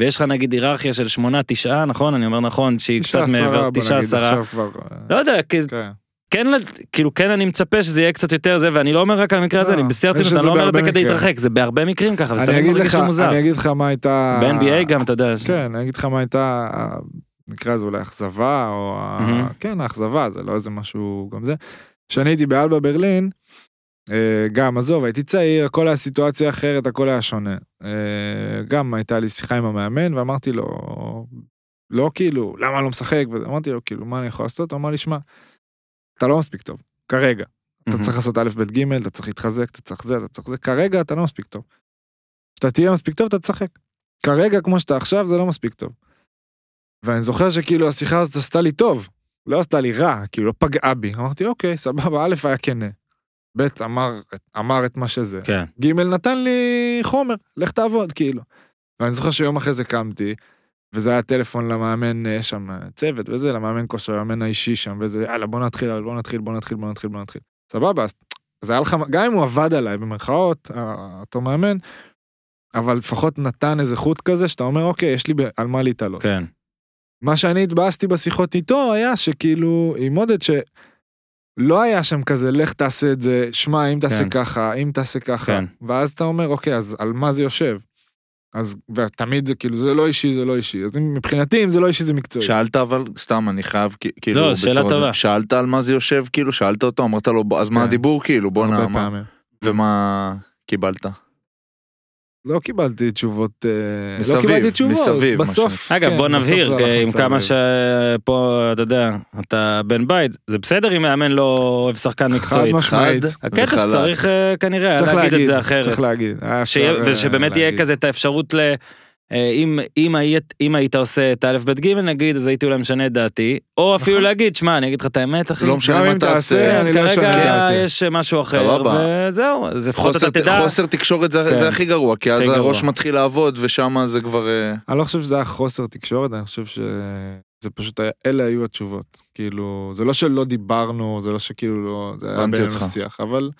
ויש לך נגיד היררכיה של 8-9, נכון? אני אומר נכון, שהיא קצת תשעה מעבר, עשרה, בוא נגיד, 9-10, עכשיו כבר... לא יודע, כי- כן. כן, לד- כאילו כן אני מצפה שזה יהיה קצת יותר זה, ואני לא אומר רק על המקרה הזה, לא, אני בשיא יש הרצינות, את אני זה לא אומר את זה בהרבה כדי מקרים. להתרחק, זה בהרבה מקרים ככה, וזה אני תמיד אגיד מרגיש לך, לי מוזר. אני אגיד לך מה הייתה... ב-NBA גם, אתה יודע. כן, אני אגיד לך מה הייתה, ה- נקרא לזה אולי אכזבה, או... ה- מהמם. כן, האכזבה, זה לא איזה משהו גם זה. כשאני הייתי באלבה ברלין, אה, גם, עזוב, הייתי צעיר, הכל היה סיטואציה אחרת, הכל היה שונה. אה, גם הייתה לי שיחה עם המאמן, ואמרתי לו, לא כאילו, למה אני לא משחק? וזה, אמרתי לו, כאילו, מה אני יכול לעשות? הוא אמר לי, שמע, אתה לא מספיק טוב, כרגע. אתה Mhm. צריך לעשות א', ב', ג', אתה צריך להתחזק, אתה צריך זה, אתה צריך זה, כרגע אתה לא מספיק טוב. כשאתה תהיה מספיק טוב, אתה תשחק. כרגע, כמו שאתה עכשיו, זה לא מספיק טוב. ואני זוכר שכאילו השיחה הזאת עשתה לי טוב, לא עשתה לי רע, כאילו לא פגעה בי. אמרתי, אוקיי, סבבה, א' היה כנה. ב' אמר, אמר את מה שזה. כן. ג' נתן לי חומר, לך תעבוד, כאילו. ואני זוכר שיום אחרי זה קמתי, וזה היה טלפון למאמן, אה, יש שם אה, צוות וזה, למאמן כושר, המאמן האישי שם, וזה, יאללה, בוא נתחיל, יאללה, בוא נתחיל, בוא נתחיל, בוא נתחיל, בוא נתחיל. סבבה, אז זה היה לך, גם אם הוא עבד עליי, במרכאות, ה- אותו מאמן, אבל לפחות נתן איזה חוט כזה, שאתה אומר, אוקיי, יש לי ב- על מה להתעלות. כן. מה שאני התבאסתי בשיחות איתו היה שכאילו עם עודד שלא היה שם כזה לך תעשה את זה, שמע אם תעשה כן. ככה, אם תעשה ככה, כן. ואז אתה אומר אוקיי אז על מה זה יושב. אז ותמיד זה כאילו זה לא אישי זה לא אישי אז אם- מבחינתי אם זה לא אישי זה מקצועי. שאלת אבל, סתם, אני חייב, כ- כאילו, לא, שאלה בתור זה- טובה. שאלת על מה זה יושב, כאילו, שאלת אותו, אמרת לו, "בוא, אז מה כן. הדיבור, כאילו, בוא הרבה נעמה, פעמים. ומה קיבלת? לא קיבלתי תשובות, אה, מסביב, לא קיבלתי תשובות, מסביב, מה בסוף, שנקרא. אגב, כן, בוא בסוף זה נבהיר, אה, הלך עם כמה מסביב. שפה, אתה יודע, אתה בן בית, זה בסדר אם מאמן לא אוהב שחקן חד מקצועית. משמעית, חד הקטע וחלק. שצריך אה, כנראה צריך להגיד את להגיד, זה אחרת. צריך להגיד, היה אפשר, שיהיה- אה, ושבאמת יהיה להגיד. כזה את האפשרות ל... אה, אם, אם, היית, אם היית עושה את א' ב' ג' נגיד, אז הייתי אולי משנה את דעתי, או אפילו להגיד, שמע, אני אגיד לך את האמת, אחי. לא משנה גם מה אם תעשה, תעשה, נכון. אני לא אשנה את כרגע דעתי. יש משהו אחר, סבבה. וזהו, אז לפחות חוסר- אתה תדע. חוסר תקשורת זה כן. זה הכי גרוע, כי אז הכי גרוע. הראש מתחיל לעבוד, ושם זה כבר... אה, אני לא חושב שזה היה חוסר תקשורת, אני חושב שזה פשוט היה, אלה היו התשובות. כאילו, זה לא שלא דיברנו, זה לא שכאילו לא, זה היה הבנתי בינינו אותך. שיח, אבל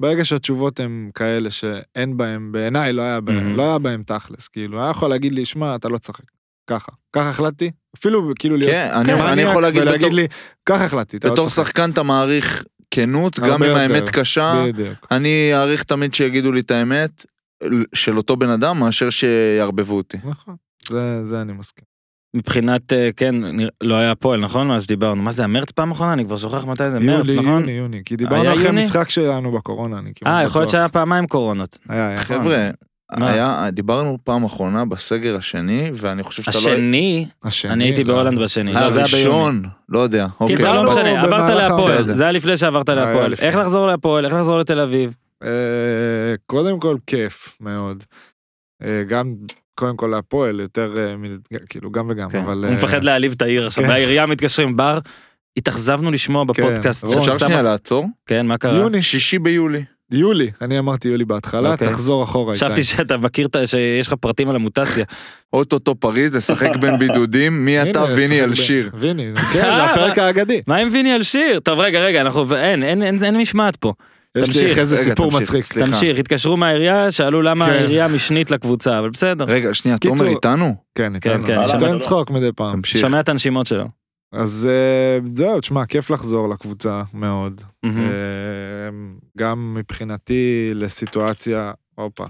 ברגע שהתשובות הן כאלה שאין בהם, בעיניי לא היה בהם, מהמם. לא היה בהם תכלס, כאילו, היה יכול להגיד לי, שמע, אתה לא תשחק, ככה. ככה החלטתי, אפילו כאילו להיות כן, אני- אני מניאק יכול להגיד ולהגיד בתור- לי, ככה החלטתי, אתה לא בתור תשחק. שחקן אתה מעריך כנות, גם הרבה אם יותר. האמת קשה. בדיוק. אני אעריך תמיד שיגידו לי את האמת של אותו בן אדם, מאשר שיערבבו אותי. נכון, זה- זה אני מסכים. מבחינת, אה, כן, נרא- לא היה הפועל, נכון? מה שדיברנו. מה זה, המרץ פעם אחרונה? אני כבר שוכח מתי זה, מרץ, יולי, נכון? יוני, יוני, כי דיברנו היה אחרי יוני? משחק שלנו בקורונה, אני כמעט אה, יכול להיות בטוח. שהיה פעמיים קורונות. היה, נכון. היה. חבר'ה, מה? היה, דיברנו פעם אחרונה בסגר השני, ואני חושב שאתה לא... השני, השני, אני הייתי לא. בהולנד בשני. אה, לא, זה היה ביוני. הראשון, לא יודע. כן, אוקיי. קיצר, לא דיברנו משנה, עברת במהלך להפועל. העונה. זה היה לפני שעברת היה להפועל. לפני. איך לחזור להפועל? איך לחזור לתל <laughs> אביב? אה, קודם כל כיף מאוד. אה, גם קודם כל הפועל יותר אה, מ- כאילו גם וגם כן. אבל הוא אה, מפחד להעליב את העיר עכשיו. כן. והעירייה מתקשרים, בר, התאכזבנו לשמוע בפודקאסט. רון, ששם- אפשר שנייה לעצור? כן, מה קרה? יוני שישי ביולי. יולי אני אמרתי יולי בהתחלה אוקיי. תחזור אחורה. חשבתי איתי. שאתה מכיר, את ה- שיש לך פרטים על המוטציה. אוטוטו פריז, לשחק בין בידודים, מי הנה, אתה ויני שחק על ב- שיר. ויני כן, זה אה, הפרק מה- האגדי. מה עם ויני על שיר? טוב, רגע, רגע, אנחנו... אין, אין- אין אין משמעת פה. יש לי תמשיך. איזה רגע, סיפור תמשיך. מצחיק סליחה. תמשיך, התקשרו מהעירייה, שאלו למה כן. העירייה משנית לקבוצה, אבל בסדר. רגע, שנייה, קיצור- אה, תומר איתנו? כן כן, כן, איתנו. שמע- נותן צחוק מדי פעם. תמשיך. שומע את הנשימות שלו. אז אה, זהו תשמע כיף לחזור לקבוצה מאוד. Mm-hmm. מהמם. אה, גם מבחינתי לסיטואציה הופה.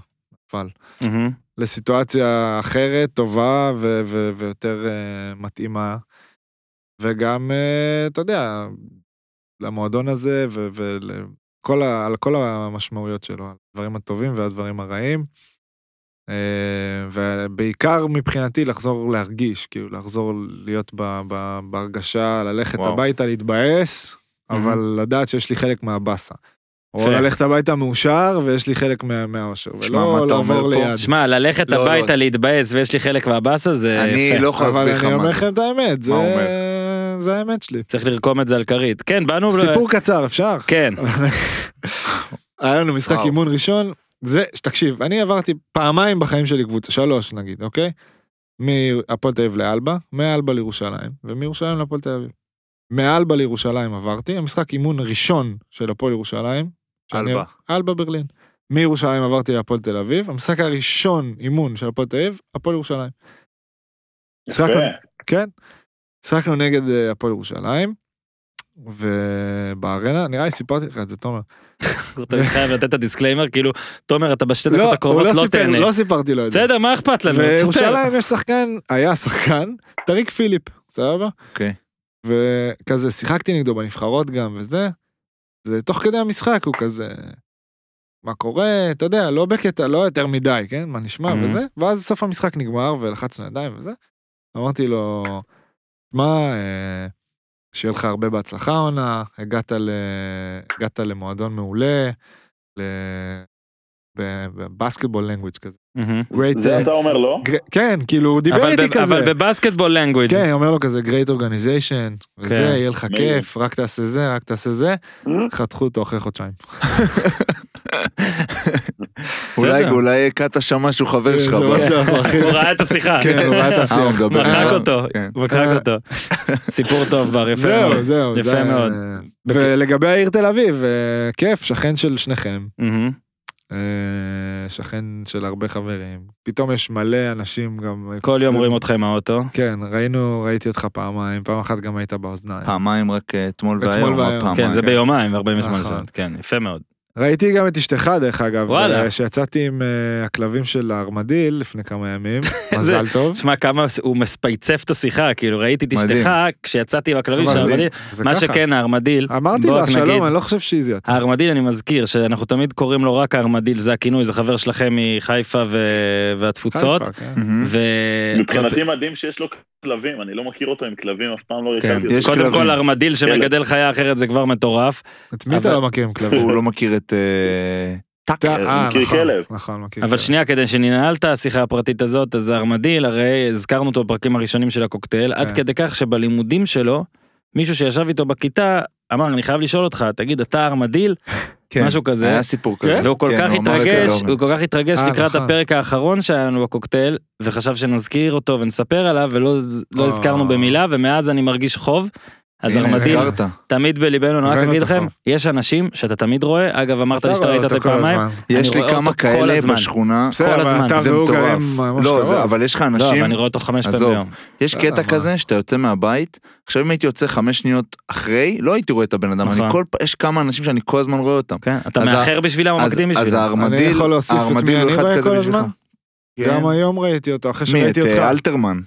אבל מהמם. לסיטואציה אחרת, טובה ו- ו- ויותר אה, מתאימה. וגם, אה, אתה יודע, למועדון הזה וכל ה- על כל המשמעויות שלו, על הדברים הטובים והדברים הרעים. אה, ובעיקר מבחינתי לחזור להרגיש, כאילו לחזור להיות ב- ב- בהרגשה, ללכת וואו. הביתה, להתבאס, אבל לדעת שיש לי חלק מהבאסה. או יפה. ללכת הביתה מאושר ויש לי חלק מה- מהאושר, שמע, מה ולא אתה אומר לעבור פה? ליד. שמע, ללכת לא, לא. הביתה להתבאס ויש לי חלק מהבאסה זה אני יפה. לא יכול אבל להסביר לך אני אומר מה זה. לכם את האמת, זה, מה הוא זה האמת שלי. צריך לרקום את זה על כרית. כן, באנו... סיפור קצר, אפשר? כן. <laughs> היה לנו משחק וואו. אימון ראשון, זה, תקשיב, אני עברתי פעמיים בחיים שלי קבוצה, שלוש נגיד, אוקיי? מהפועל תל אביב לאלבה, מאלבה לירושלים, ומירושלים להפועל תל אביב. מאלבה לירושלים עברתי, המשחק אימון ראשון של הפועל ירושלים. שאני- אלבה. אלבה ברלין. מירושלים עברתי להפועל תל אביב, המשחק הראשון אימון של הפועל תל אביב, הפועל ירושלים. משחק יפה. כן. שיחקנו נגד אה, הפועל ירושלים, ובארנה, נראה לי סיפרתי לך את זה, תומר. אתה חייב לתת את הדיסקליימר, כאילו, תומר, אתה בשתי דקות הוא הקרובות לא לא סיפר, תהנה. לא סיפרתי לו את זה. בסדר, מה אכפת לנו? וירושלים יש שחקן, היה שחקן, טריק פיליפ, סבבה? אוקיי. וכזה שיחקתי נגדו בנבחרות גם וזה. זה תוך כדי המשחק הוא כזה, מה קורה, אתה יודע, לא בקטע, לא יותר מדי, כן? מה נשמע Mhm. וזה. ואז סוף המשחק נגמר ולחצנו ידיים וזה. אמרתי לו, מה, אה, שיהיה לך הרבה בהצלחה עונה, הגעת, ל... הגעת למועדון מעולה, ל... בבסקטבול לנגוויץ' כזה. מהמם. Great, זה אה, אתה אומר לא? גר- כן, כאילו, הוא דיבר אבל איתי ב- כזה. אבל בבסקטבול לנגוויד. כן, אומר לו כזה great organization, וזה, כן. יהיה לך מעולה. כיף, רק תעשה זה, רק תעשה זה. חתכו אותו אחרי חודשיים. אולי בסדר. אולי הכת שם משהו חבר שלך. זה בוא. מה שאנחנו הכי... הוא ראה את השיחה. כן, הוא ראה את אה, הוא השיח. מדבר. מחק אה, אותו, כן. מחק אותו. סיפור טוב בר, <laughs> יפה מאוד. זהו, זהו. יפה זה- מאוד. ולגבי העיר תל אביב, אה, כיף, שכן של שניכם, מהמם. אה, שכן של הרבה חברים. פתאום יש מלא אנשים גם... כל יום רואים אותך עם האוטו. כן, ראינו, ראיתי אותך פעמיים, פעם אחת גם היית באוזניים. פעמיים רק אה, אתמול אתמול והיום. והיום. עוד פעמיים. כן, זה ביומיים, 48 נכון. שעות. כן, יפה מאוד. ראיתי גם את אשתך דרך אגב, וואלה. אה, שיצאתי עם אה, הכלבים של הארמדיל לפני כמה <laughs> ימים, מזל טוב. תשמע כמה הוא מספייצף את השיחה, כאילו ראיתי את מדהים. אשתך כשיצאתי עם הכלבים אבל של זה- הארמדיל, זה מה ככה. שכן הארמדיל, אמרתי בוא לה רק שלום, נגיד- אני לא חושב שהיא זיהתה. הארמדיל אני מזכיר שאנחנו תמיד קוראים לו רק הארמדיל, זה הכינוי, זה חבר שלכם מחיפה ו- והתפוצות. חיפה, כן. מהמם. ו... אה, מבחינתי מדהים שיש לו כלבים, אני לא מכיר אותו עם כלבים, אף פעם לא כן, הכרתי יש אותו. קודם כלבים. כל ארמדיל שמגדל חיה אחרת זה כבר מטורף, את מי אתה אבל- לא מכיר עם כלבים? הוא לא מכיר את... אה, אתה- אה, מכיר נכון, כלב. נכון, מכיר אבל שנייה כדי שננעל את השיחה הפרטית הזאת, אז הארמדיל הרי הזכרנו אותו בפרקים הראשונים של הקוקטייל, עד כן. כדי כך שבלימודים שלו, מישהו שישב איתו בכיתה אמר אני חייב לשאול אותך, תגיד אתה ארמדיל? כן, משהו כזה. היה סיפור כזה. והוא כל כן, כך הוא אמר את זה התרגש, לאורן. הוא כל כך התרגש אה, לקראת נכון. הפרק האחרון שהיה לנו בקוקטייל, וחשב שנזכיר אותו ונספר עליו, ולא לא אה. הזכרנו במילה, ומאז אני מרגיש חוב. אז הנה, ארמדיל הזכרת. תמיד בליבנו, אני רק הבאנו אגיד את לכם, החוב. יש אנשים שאתה תמיד רואה, אגב אמרת אתה לי שאתה רואה ראית אותו אותו כל פעמיים, הזמן. יש רואה לי אותו כמה כל הזמן. כאלה בשכונה. בסדר, כל אבל הזמן. אתה זה והוא מטורף. גרים ממש לא, זה- קרוב. אבל יש לך לא, אבל אנשים, אני רואה אה, אותו חמש פעמים עזוב. ביום. יש בסדר, קטע מה? כזה שאתה יוצא מהבית, עכשיו אם הייתי יוצא חמש שניות אחרי, לא הייתי רואה את הבן אדם, אני נכון. כל פ- יש כמה אנשים שאני כל הזמן רואה אותם. כן, אתה אז ה- מאחר בשבילם או אז- מקדים אז בשבילם. הארמדיל, אני יכול להוסיף את מי הארמדיל הוא אני אחד רואה כזה כל בשבילך. הזמן? כן. גם היום ראיתי אותו, אחרי מי, את שראיתי אותך. אה, אלתרמן,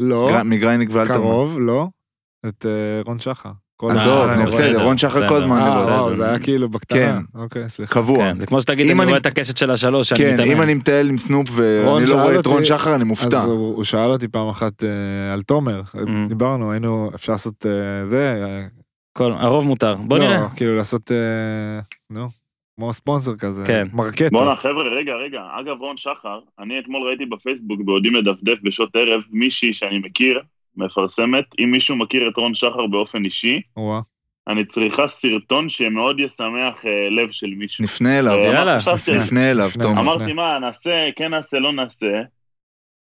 לא, גר- מגרייניק ואלתרמן. קרוב, לא. את אה, רון שחר. כל עזוב, הזמן נו, אני נו, רואה. בסדר, רון אה, בסדר. שחר כל הזמן אה, אני רואה אותו. וואו, זה היה כאילו בקטנה. כן. אוקיי, סליחה. קבוע. לא- כן, זה כמו שתגיד, אם אני אני- רואה את הקשת של השלוש, שאני כן, מתאמן. אם אני מטייל עם סנופ רון ואני לא שאל רואה את רון אותי- שחר, אני מופתע. אז הוא, הוא שאל אותי פעם אחת אה, על תומר, Mm. דיברנו, היינו, אפשר לעשות אה, זה, אה, כל- הרוב מותר. בוא לא, נראה. כאילו לעשות, אה, נו, כמו ספונסר כזה, כן. מרקטו. <laughs> בואנה חבר'ה, רגע, רגע. אגב, רון שחר, אני אתמול ראיתי בפייסבוק, בעודי מדפדף בשעות ערב, מישהי שאני מכיר, מפרסמת, אם מישהו מכיר את רון שחר באופן אישי, וואה. אני צריכה סרטון שמאוד ישמח אה, לב של מישהו. נפנה אליו, אה, יאללה, חשבתי על זה. נפנה אליו, נפנה. תומר. אמרתי, מה, נעשה, כן נעשה, לא נעשה.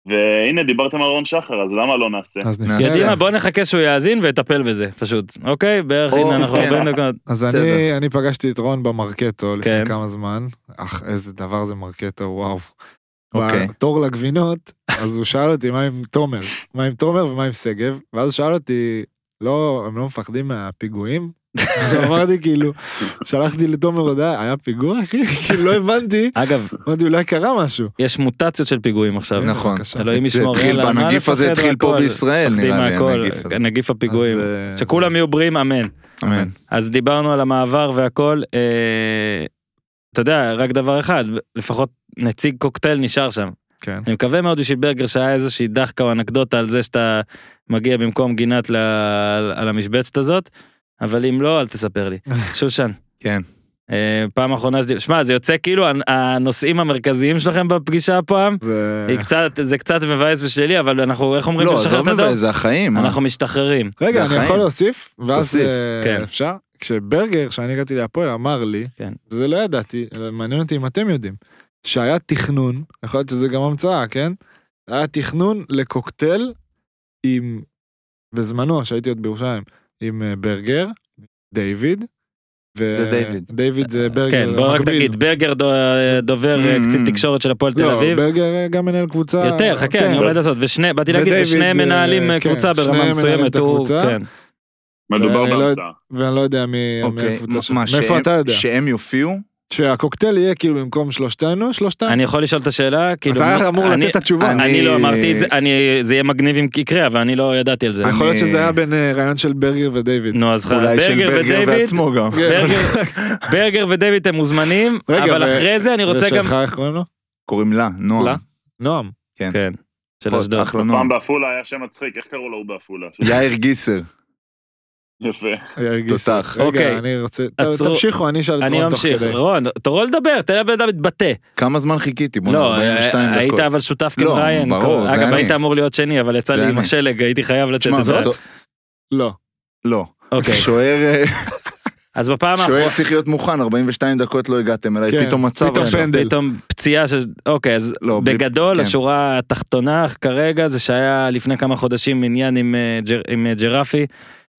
והנה, דיברתם על רון שחר, אז למה לא נעשה? אז נעשה. יודעים נפנה. מה, בוא נחכה שהוא יאזין ויטפל בזה, פשוט. אוקיי? בערך או, הנה אנחנו כן. 40 דקות. אז אני, בסדר. אני פגשתי את רון במרקטו לפני כן. כמה זמן, אך איזה דבר זה מרקטו, וואו. אוקיי. בתור לגבינות, אז הוא שאל אותי מה עם תומר, מה עם תומר ומה עם שגב, ואז הוא שאל אותי, לא, הם לא מפחדים מהפיגועים? עכשיו אמרתי כאילו, שלחתי לתומר הודעה, היה פיגוע אחי? כאילו לא הבנתי, אגב, אמרתי אולי קרה משהו. יש מוטציות של פיגועים עכשיו. נכון. בבקשה. אלוהים זה ישמור, התחיל, יאללה, מה הנגיף הזה לפחד התחיל פה מהכל? בישראל, מפחדים נראה לי, מהכל, הנגיף הזה. נגיף הפיגועים. אז, אה, שכולם יהיו בריאים, אמן. אמן. אז דיברנו על המעבר והכל, אה, אתה יודע, רק דבר אחד, לפחות נציג קוקטייל נשאר שם. כן. אני מקווה מאוד בשביל ברגר שהיה איזושהי דחקה או אנקדוטה על זה שאתה מגיע במקום גינת ל... על המשבצת הזאת, אבל אם לא, אל תספר <laughs> לי. שושן. כן. אה, פעם אחרונה שלי, שמע זה יוצא כאילו הנ- הנושאים המרכזיים שלכם בפגישה הפעם, זה... היא קצת, זה קצת מבאס ושלילי אבל אנחנו איך אומרים לא, לשחרר עזוב את הדור? מבאס, זה החיים. אה? אנחנו משתחררים. זה רגע, אני החיים. יכול להוסיף? ואז תוסיף, אה, כן. אפשר? כשברגר, כשאני הגעתי להפועל, אמר לי, כן. זה לא ידעתי, אבל מעניין אותי אם אתם יודעים, שהיה תכנון, יכול להיות שזה גם המצאה, כן? היה תכנון לקוקטייל עם, בזמנו, שהייתי עוד בירושלים, עם אה, ברגר, דיוויד, ו... זה דיוויד. דיוויד זה ברגר. כן בוא רק המקביל. תגיד ברגר דו- דובר Mm, אה, קצין mm. תקשורת של הפועל תל לא, אביב. ברגר אה, גם מנהל קבוצה. יותר חכה כן. אני לא- עומד לעשות ושני באתי להגיד ודייוויד, ושני אה, מנהלים אה, כן, קבוצה שניהם ברמה מנהלים את מסוימת הוא הקבוצה. כן. מדובר אני לא בהמצאה. ואני לא יודע מי מי אוקיי, הקבוצה שלך. מה, מאיפה שהם- אתה יודע? שהם יופיעו? שהקוקטייל יהיה כאילו במקום שלושתנו, שלושתם. אני יכול לשאול את השאלה כאילו אתה מי- אמור אני- לתת את התשובה. אני אני- לא אמרתי את זה אני זה יהיה מגניב אם יקרה אבל אני לא ידעתי על זה. יכול להיות אני- שזה היה בין אה, רעיון של ברגר ודייוויד. נו אז ח- אולי של ברגר ברגר ודייוויד בעצמו גם. כן. ברגר, ברגר ודויד הם <laughs> מוזמנים, רגע, אבל ו- אחרי זה אני רוצה גם... ושלך איך קוראים לו? קוראים לה, לה? נועם. נועם. כן, של אחות, אשדוד. אחלה נועם. פעם בעפולה היה שם מצחיק, איך קראו לו הוא בעפולה? יאיר גיסר. <laughs> יפה. תותח. אוקיי. רגע, אני רוצה... ת- עצרו. תמשיכו, אני אשאל את אני רון תוך ממשיך, כדי. רון, תורו לדבר, תן לבן אדם להתבטא. כמה זמן חיכיתי? בוא'נה, לא, 42 אה, דקות. היית אבל שותף לא, כמראיין. ברור, כל- זה אגב, אני. היית אמור להיות שני, אבל יצא זה לי עם אני. השלג, הייתי חייב לתת תשמע, את זה. בסוף- לא. לא. אוקיי, שוער אה, אז בפעם שוער האחרונה, צריך להיות מוכן, 42 דקות לא הגעתם אליי, כן, פתאום מצב. פתאום עכשיו. פנדל. פתאום פציעה של... אוקיי, אז לא, בלי- בגדול, כן. השורה התחתונה כרגע זה שהיה לפני כמה חודשים עניין עם, אה, ג'ר, עם אה, ג'רפי,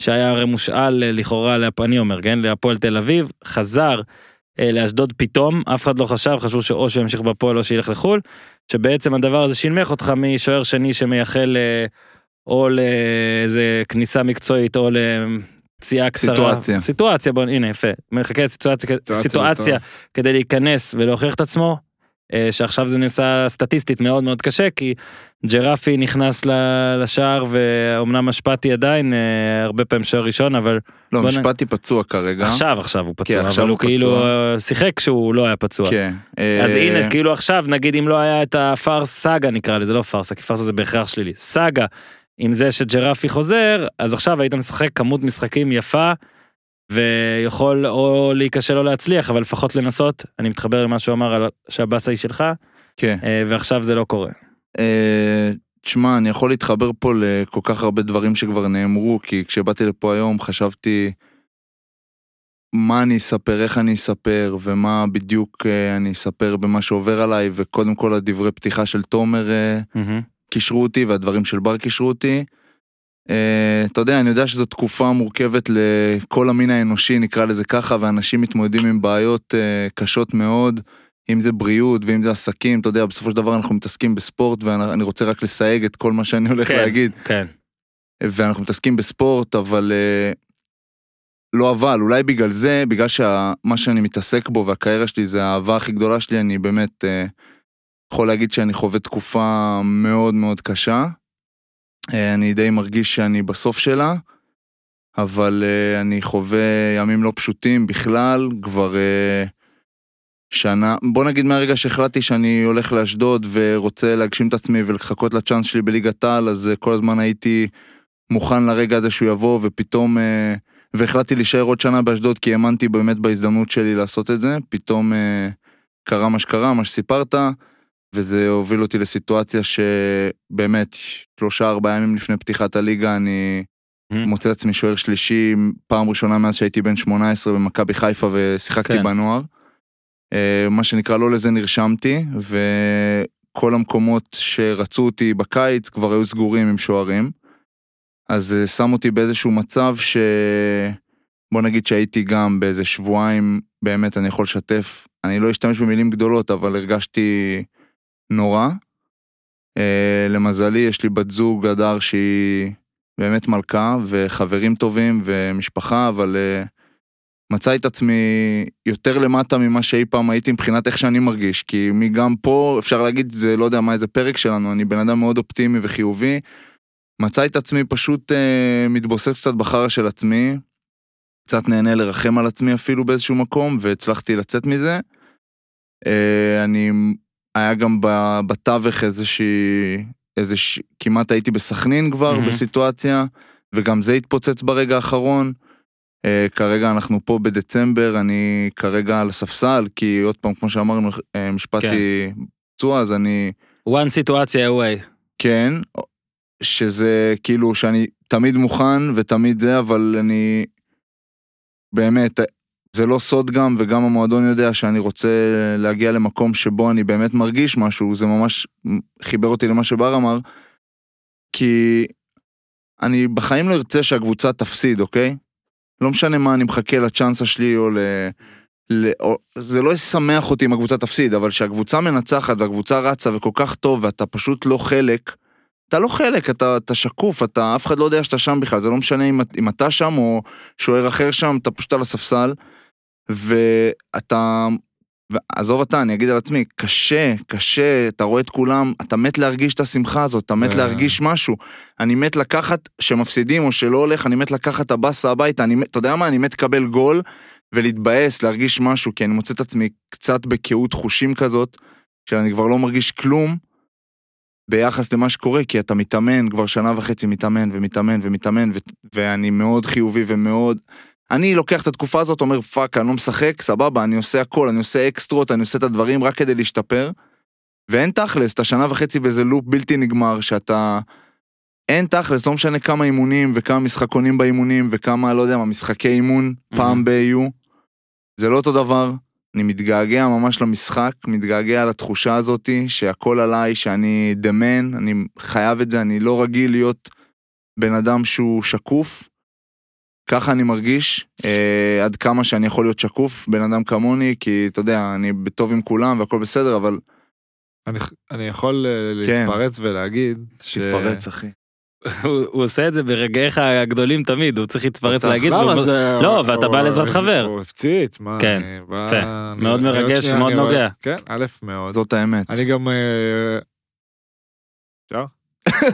שהיה הרי מושאל אה, לכאורה, להפ... אני אומר, כן, להפועל תל אביב, חזר אה, לאשדוד פתאום, אף אחד לא חשב, חשבו שאו שהוא ימשיך בפועל או שילך לחו"ל, שבעצם הדבר הזה שינמך אותך משוער שני שמייחל אה, או לאיזה כניסה מקצועית או לפציעה קצרה. סיטואציה. סיטואציה, בוא, הנה יפה, מחכה לסיטואציה, זה סיטואציה כדי להיכנס ולהוכיח את עצמו, אה, שעכשיו זה נעשה סטטיסטית מאוד מאוד קשה, כי ג'רפי נכנס ל- לשער ואומנם השפעתי עדיין, אה, הרבה פעמים שוער ראשון, אבל לא, בוא נ- משפטי פצוע כרגע. עכשיו עכשיו הוא פצוע, עכשיו אבל הוא הוא פצוע. כאילו אה, שיחק כשהוא לא היה פצוע. כן. אז אה, הנה כאילו עכשיו נגיד אם לא היה את הפארס סאגה נקרא לזה לא פארסה כי פארסה זה בהכרח שלילי סאגה עם זה שג'רפי חוזר אז עכשיו היית משחק כמות משחקים יפה ויכול או להיכשל או להצליח אבל לפחות לנסות אני מתחבר למה שהוא אמר על שהבאסה היא שלך כן. אה, ועכשיו זה לא קורה. אה, תשמע, אני יכול להתחבר פה לכל כך הרבה דברים שכבר נאמרו, כי כשבאתי לפה היום חשבתי מה אני אספר, איך אני אספר, ומה בדיוק אה, אני אספר במה שעובר עליי, וקודם כל הדברי פתיחה של תומר אה, קישרו אותי והדברים של בר קישרו אותי. אה, אתה יודע, אני יודע שזו תקופה מורכבת לכל המין האנושי, נקרא לזה ככה, ואנשים מתמודדים עם בעיות אה, קשות מאוד, אם זה בריאות ואם זה עסקים, אתה יודע, בסופו של דבר אנחנו מתעסקים בספורט, ואני רוצה רק לסייג את כל מה שאני הולך כן. להגיד. כן. ואנחנו מתעסקים בספורט, אבל... אה, לא אבל, אולי בגלל זה, בגלל שמה שאני מתעסק בו והקריירה שלי זה האהבה הכי גדולה שלי, אני באמת אה, יכול להגיד שאני חווה תקופה מאוד מאוד קשה. אה, אני די מרגיש שאני בסוף שלה, אבל אה, אני חווה ימים לא פשוטים בכלל, כבר אה, שנה, בוא נגיד מהרגע שהחלטתי שאני הולך לאשדוד ורוצה להגשים את עצמי ולחכות לצ'אנס שלי בליגת העל, אז אה, כל הזמן הייתי מוכן לרגע הזה שהוא יבוא, ופתאום, אה, והחלטתי להישאר עוד שנה באשדוד כי האמנתי באמת בהזדמנות שלי לעשות את זה, פתאום אה, קרה מה שקרה, מה שסיפרת, וזה הוביל אותי לסיטואציה שבאמת שלושה ארבעה ימים לפני פתיחת הליגה אני מוצא לעצמי שוער שלישי פעם ראשונה מאז שהייתי בן 18 במכבי חיפה ושיחקתי כן. כן. בנוער. אה, מה שנקרא לא לזה נרשמתי וכל המקומות שרצו אותי בקיץ כבר היו סגורים עם שוערים. אז אה, שם אותי באיזשהו מצב ש... בוא נגיד שהייתי גם באיזה שבועיים באמת אני יכול לשתף אני לא אשתמש במילים גדולות אבל הרגשתי נורא. אה, למזלי יש לי בת זוג הדר שהיא באמת מלכה וחברים טובים ומשפחה, אבל uh, מצא את עצמי יותר למטה ממה שאי פעם הייתי מבחינת איך שאני מרגיש. כי מגם פה, אפשר להגיד, זה לא יודע מה איזה פרק שלנו, אני בן אדם מאוד אופטימי וחיובי. מצא את עצמי פשוט אה, מתבוסס קצת בחרא של עצמי, קצת נהנה לרחם על עצמי אפילו באיזשהו מקום, והצלחתי לצאת מזה. אה, אני, היה גם ב- בתווך איזושהי, איזושהי, כמעט הייתי בסכנין כבר מהמם. mm-hmm. בסיטואציה, וגם זה התפוצץ ברגע האחרון. אה, כרגע אנחנו פה בדצמבר, אני כרגע על הספסל, כי עוד פעם, כמו שאמרנו, אה, משפטי פצוע, אז אני... one סיטואציה away. כן, שזה כאילו שאני תמיד מוכן ותמיד זה, אבל אני באמת, זה לא סוד גם, וגם המועדון יודע שאני רוצה להגיע למקום שבו אני באמת מרגיש משהו, זה ממש חיבר אותי למה שבר אמר, כי אני בחיים לא ארצה שהקבוצה תפסיד, אוקיי? לא משנה מה, אני מחכה לצ'אנסה שלי או ל... ל... או... זה לא ישמח אותי אם הקבוצה תפסיד, אבל כשהקבוצה מנצחת והקבוצה רצה וכל כך טוב ואתה פשוט לא חלק, אתה לא חלק, אתה, אתה שקוף, אתה, אף אחד לא יודע שאתה שם בכלל, זה לא משנה אם, אם אתה שם או שוער אחר שם, אתה פשוט על הספסל, ואתה, עזוב אתה, אני אגיד על עצמי, קשה, קשה, אתה רואה את כולם, אתה מת להרגיש את השמחה הזאת, אתה מת אה. להרגיש משהו. אני מת לקחת, שמפסידים או שלא הולך, אני מת לקחת את הבאסה הביתה, אני, מת- אתה יודע מה, אני מת לקבל גול ולהתבאס, להרגיש משהו, כי אני מוצא את עצמי קצת בקהות חושים כזאת, שאני כבר לא מרגיש כלום. ביחס למה שקורה, כי אתה מתאמן, כבר שנה וחצי מתאמן ומתאמן ומתאמן, ו- ואני מאוד חיובי ומאוד... אני לוקח את התקופה הזאת, אומר פאק, אני לא משחק, סבבה, אני עושה הכל, אני עושה אקסטרות, אני עושה את הדברים רק כדי להשתפר. ואין תכלס, אתה שנה וחצי באיזה לופ בלתי נגמר, שאתה... אין תכלס, לא משנה כמה אימונים וכמה משחקונים באימונים וכמה, לא יודע מה, משחקי אימון פעם ב יהיו. זה לא אותו דבר. אני מתגעגע ממש למשחק, מתגעגע לתחושה הזאתי שהכל עליי, שאני דמן, אני חייב את זה, אני לא רגיל להיות בן אדם שהוא שקוף. ככה אני מרגיש, אה, עד כמה שאני יכול להיות שקוף, בן אדם כמוני, כי אתה יודע, אני בטוב עם כולם והכל בסדר, אבל... אה, אני, אני יכול אה, כן. להתפרץ ולהגיד, ש- אחי. הוא הוא עושה את זה ברגעיך הגדולים תמיד, הוא צריך להתפרץ להגיד. למה והוא- זה... לא, הוא- ואתה בא הוא- לעזרת הוא- חבר. הוא הפציץ, מה... כן, אני בא- יפה. אני- מאוד אני עוד מרגש שנייה, ומאוד אני רואה- נוגע. כן, א', מאוד. זאת האמת. אני גם... אה,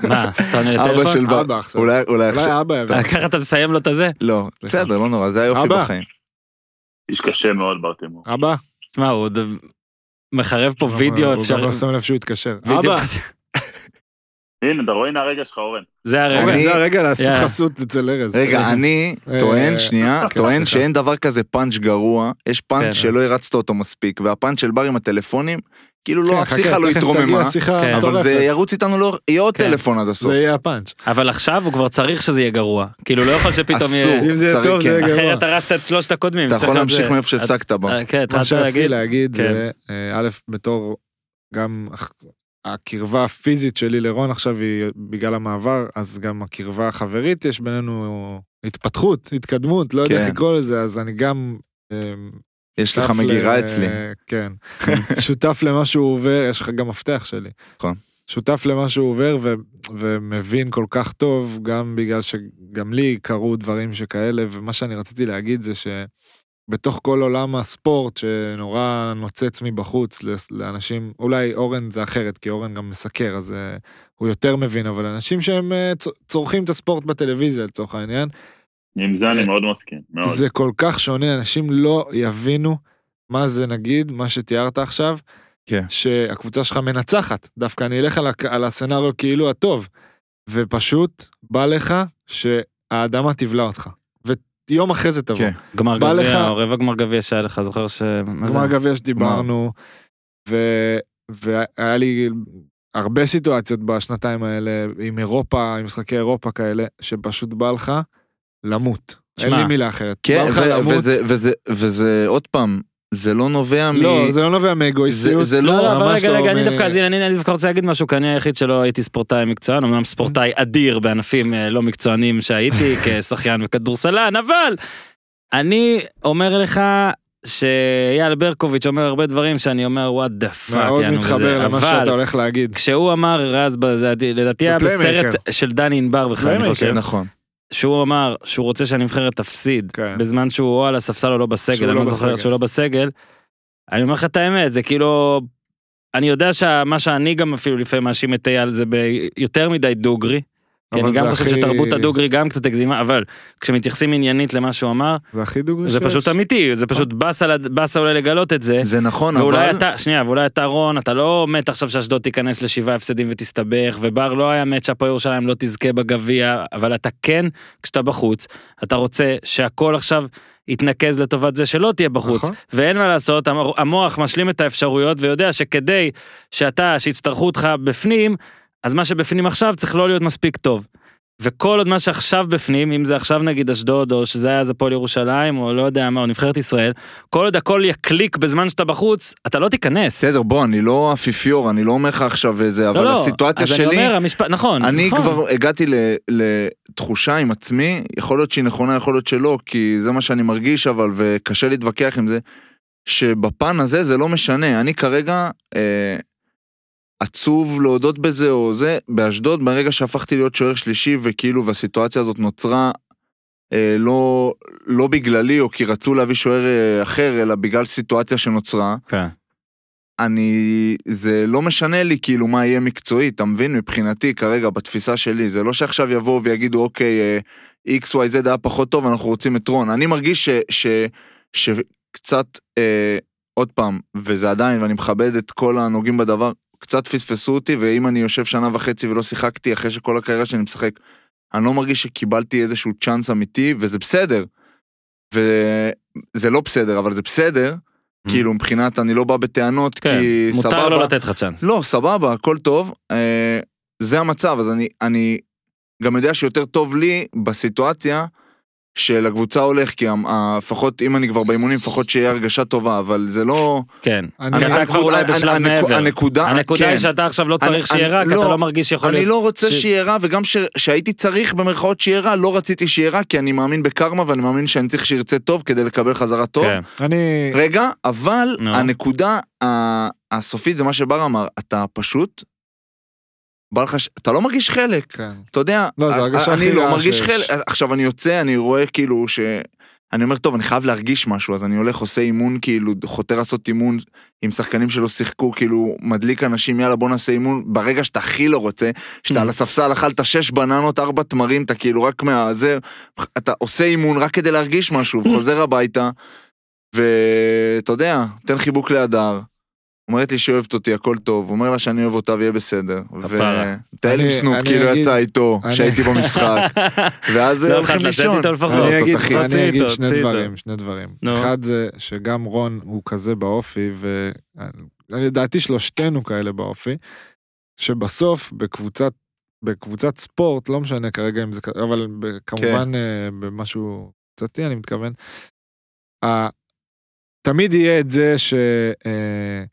מה, אתה עונה אבא לטלפון? של בר. אבא עכשיו. אולי, אולי עכשיו... אולי אבא יבוא. אה, ככה אתה מסיים לו את הזה? לא, סליחה. בסדר, לא נורא, זה היופי אבא. בחיים. איש קשה מאוד ברטימור. אבא. שמע, הוא עוד מחרב פה וידאו הוא גם אפשר... לא שם לב שהוא התקשר. וידאו- אבא, הנה, אתה רואה, הנה הרגע שלך, אורן. זה הרגע. אורן, אני- זה הרגע להשיג יאללה. חסות אצל ארז. רגע, אני אה, טוען, אה, שנייה, <laughs> כן, טוען סליחה. שאין דבר כזה פאנץ' גרוע, יש כן. פאנץ' שלא הרצת אותו מספיק, והפאנץ' של בר עם הטלפונים, כאילו כן, לא, חכה, הפסיכה לא תכף תגיע התרוממה, השיחה כן. אבל המטורפת. זה ירוץ איתנו, לא- יהיה עוד כן. טלפון עד זה הסוף. יהיה הפאנץ'. אבל עכשיו הוא כבר צריך שזה יהיה גרוע. כאילו, לא יכול שפתאום יהיה... אסור. אם זה יהיה צריך, טוב, זה כן. יהיה גרוע. אחרת הרסת את שלושת הקודמים. אתה צריך יכול להיות להמשיך זה- מאיפה שהפסקת בו. אה, כן, מה התחלת שרציתי להגיד. להגיד כן. זה, אה, א', בתור גם הח- הקרבה הפיזית שלי לרון עכשיו היא בגלל המעבר, אז גם הקרבה החברית יש בינינו התפתחות, התקדמות, לא יודע איך כן. לקרוא לזה, אז אני גם... אה, יש לך שותף מגירה ל- אצלי. <laughs> כן. שותף למה שהוא עובר, יש לך גם מפתח שלי. נכון. שותף למה שהוא עובר ו- ומבין כל כך טוב, גם בגלל שגם לי קרו דברים שכאלה, ומה שאני רציתי להגיד זה שבתוך כל עולם הספורט שנורא נוצץ מבחוץ לס- לאנשים, אולי אורן זה אחרת, כי אורן גם מסקר, אז אה, הוא יותר מבין, אבל אנשים שהם אה, צ- צורכים את הספורט בטלוויזיה לצורך העניין, עם זה אה, אני מאוד מסכים, מאוד. זה כל כך שונה, אנשים לא יבינו מה זה נגיד, מה שתיארת עכשיו, כן. שהקבוצה שלך מנצחת, דווקא אני אלך על, הק- על הסצנריו כאילו הטוב, ופשוט בא לך שהאדמה תבלע אותך, ויום אחרי זה תבוא. כן. גמר בא לך- גביע, או רבע גמר גביע שהיה לך, זוכר ש... מה זה? גמר גביע שדיברנו, ו... והיה לי הרבה סיטואציות בשנתיים האלה, עם אירופה, עם משחקי אירופה כאלה, שפשוט בא לך למות. אין שמע, לי מילה אחרת. בא כן, לך ו- למות. וזה- וזה- וזה עוד פעם, זה לא נובע מ... לא, זה לא נובע מאגואיסטיות. זה- זה לא, לא, אבל ממש רגע, רגע, אני מ- דווקא, אז הנה, אני- אני דווקא רוצה להגיד משהו, כי אני היחיד שלא הייתי ספורטאי מקצוען, אמנם ספורטאי אדיר בענפים אה, לא מקצוענים <laughs> שהייתי, כשחיין וכדורסלן, אבל אני אומר לך שאייל ברקוביץ' אומר הרבה דברים שאני אומר, וואט דה פאק, מאוד מתחבר למה שאתה הולך להגיד. כשהוא אמר רז, בזה, לדעתי היה בפליימייקר. בסרט של דני ענבר בכלל, אני פליימייקר. חושב. נכון. שהוא אמר שהוא רוצה שהנבחרת תפסיד, כן. בזמן שהוא או על הספסל או לא בסגל, שהוא אני לא לא זוכר בסגל. שהוא לא בסגל. אני אומר לך את האמת, זה כאילו... אני יודע שמה שאני גם אפילו לפעמים מאשים את אייל זה ביותר מדי דוגרי. כי אבל אני כן, גם זה חושב הכי- שתרבות הדוגרי גם קצת הגזימה, אבל כשמתייחסים עניינית למה שהוא אמר, זה הכי דוגרי שיש. זה פשוט אמיתי, זה אה. פשוט באסה לד- באסה אולי לגלות את זה. זה נכון, ואולי אבל... אתה, שנייה, ואולי אתה רון, אתה לא מת עכשיו שאשדוד תיכנס לשבעה הפסדים ותסתבך, ובר לא היה מת שהפועל ירושלים לא תזכה בגביע, אבל אתה כן, כשאתה בחוץ, אתה רוצה שהכל עכשיו יתנקז לטובת זה שלא תהיה בחוץ. נכון. ואין מה לעשות, המ- המוח משלים את האפשרויות ויודע שכדי שאתה, שיצטרכו אותך בפנים, אז מה שבפנים עכשיו צריך לא להיות מספיק טוב. וכל עוד מה שעכשיו בפנים, אם זה עכשיו נגיד אשדוד, או שזה היה אז הפועל ירושלים, או לא יודע מה, או נבחרת ישראל, כל עוד הכל יקליק בזמן שאתה בחוץ, אתה לא תיכנס. בסדר, בוא, אני לא אפיפיור, אני לא אומר לך עכשיו איזה, אבל הסיטואציה לא, אז שלי... אני אומר, המשפט, נכון, אני נכון. כבר הגעתי ל- לתחושה עם עצמי, יכול להיות שהיא נכונה, יכול להיות שלא, כי זה מה שאני מרגיש אבל, וקשה להתווכח עם זה, שבפן הזה זה לא משנה. אני כרגע אה, עצוב להודות בזה או זה, באשדוד, ברגע שהפכתי להיות שוער שלישי, וכאילו, והסיטואציה הזאת נוצרה אה, לא, לא בגללי, או כי רצו להביא שוער אה, אחר, אלא בגלל סיטואציה שנוצרה. כן. אני, זה לא משנה לי כאילו מה יהיה מקצועי, אתה מבין? מבחינתי כרגע, בתפיסה שלי, זה לא שעכשיו יבואו ויגידו, אוקיי, אה, XYZ היה פחות טוב, אנחנו רוצים את רון. אני מרגיש ש, ש, שקצת, אה, עוד פעם, וזה עדיין, ואני מכבד את כל הנוגעים בדבר, קצת פספסו אותי, ואם אני יושב שנה וחצי ולא שיחקתי, אחרי שכל הקריירה שאני משחק, אני לא מרגיש שקיבלתי איזשהו צ'אנס אמיתי, וזה בסדר. וזה לא בסדר, אבל זה בסדר. כאילו מבחינת אני לא בא בטענות Mm. כן, כי סבבה. מותר לא לתת לך צ'אנס. לא, סבבה, הכל טוב. אה, זה המצב, אז אני, אני גם יודע שיותר טוב לי בסיטואציה שלקבוצה הולך, כי המ- ה- לפחות, אם אני כבר באימונים, לפחות שיהיה הרגשה טובה, אבל זה לא... כן. אני- כי אתה כבר הנקודה- אולי בשלב הנק- מעבר. הנקודה, הנקודה כן. היא שאתה עכשיו לא אני- צריך שיהיה אני- רע, כי לא, אתה לא מרגיש שיכול אני להיות. לא רוצה ש- שיהיה רע, וגם ש- שהייתי צריך במרכאות שיהיה רע, לא רציתי שיהיה רע, כי אני מאמין בקרמה ואני מאמין שאני צריך שירצה טוב כדי לקבל חזרה לא טוב. <laughs> כן. אני... רגע, אבל נו. הנקודה ה- הסופית זה מה שבר אמר, אתה פשוט, בא לך, ש- אתה לא מרגיש חלק, כן. אתה יודע, לא, זה הרגשה אני הכי לא רעה מרגיש שיש. חלק, עכשיו אני יוצא, אני רואה כאילו ש... אני אומר, טוב, אני חייב להרגיש משהו, אז אני הולך, עושה אימון, כאילו, חותר לעשות אימון עם שחקנים שלא שיחקו, כאילו, מדליק אנשים, יאללה, בוא נעשה אימון. ברגע שאתה הכי לא רוצה, Mm. שאתה על הספסל אכלת שש בננות, ארבע תמרים, אתה כאילו רק מה... זה... אתה עושה אימון רק כדי להרגיש <laughs> משהו, וחוזר הביתה, ואתה יודע, תן חיבוק להדר. אומרת לי שהיא אוהבת אותי, הכל טוב, אומר לה שאני אוהב אותה ויהיה בסדר. הפרה. ומטייל עם אני- סנופ, אני כאילו אגיד- יצא איתו, אני- כשהייתי במשחק, <laughs> ואז לא הולכים יכולת לצאת לישון. איתו לפחות. לא, אני אותו אגיד, תחי. תוציא אני אגיד אותו, שני תוציא אותו. דברים, שני דברים. נו. אחד זה שגם רון הוא כזה באופי, ולדעתי שלושתנו כאלה באופי, שבסוף בקבוצת, בקבוצת ספורט, לא משנה כרגע אם זה, כ- אבל ב- כן. כמובן אה, במשהו קצתי אני מתכוון, ה- תמיד יהיה את זה ש... אה,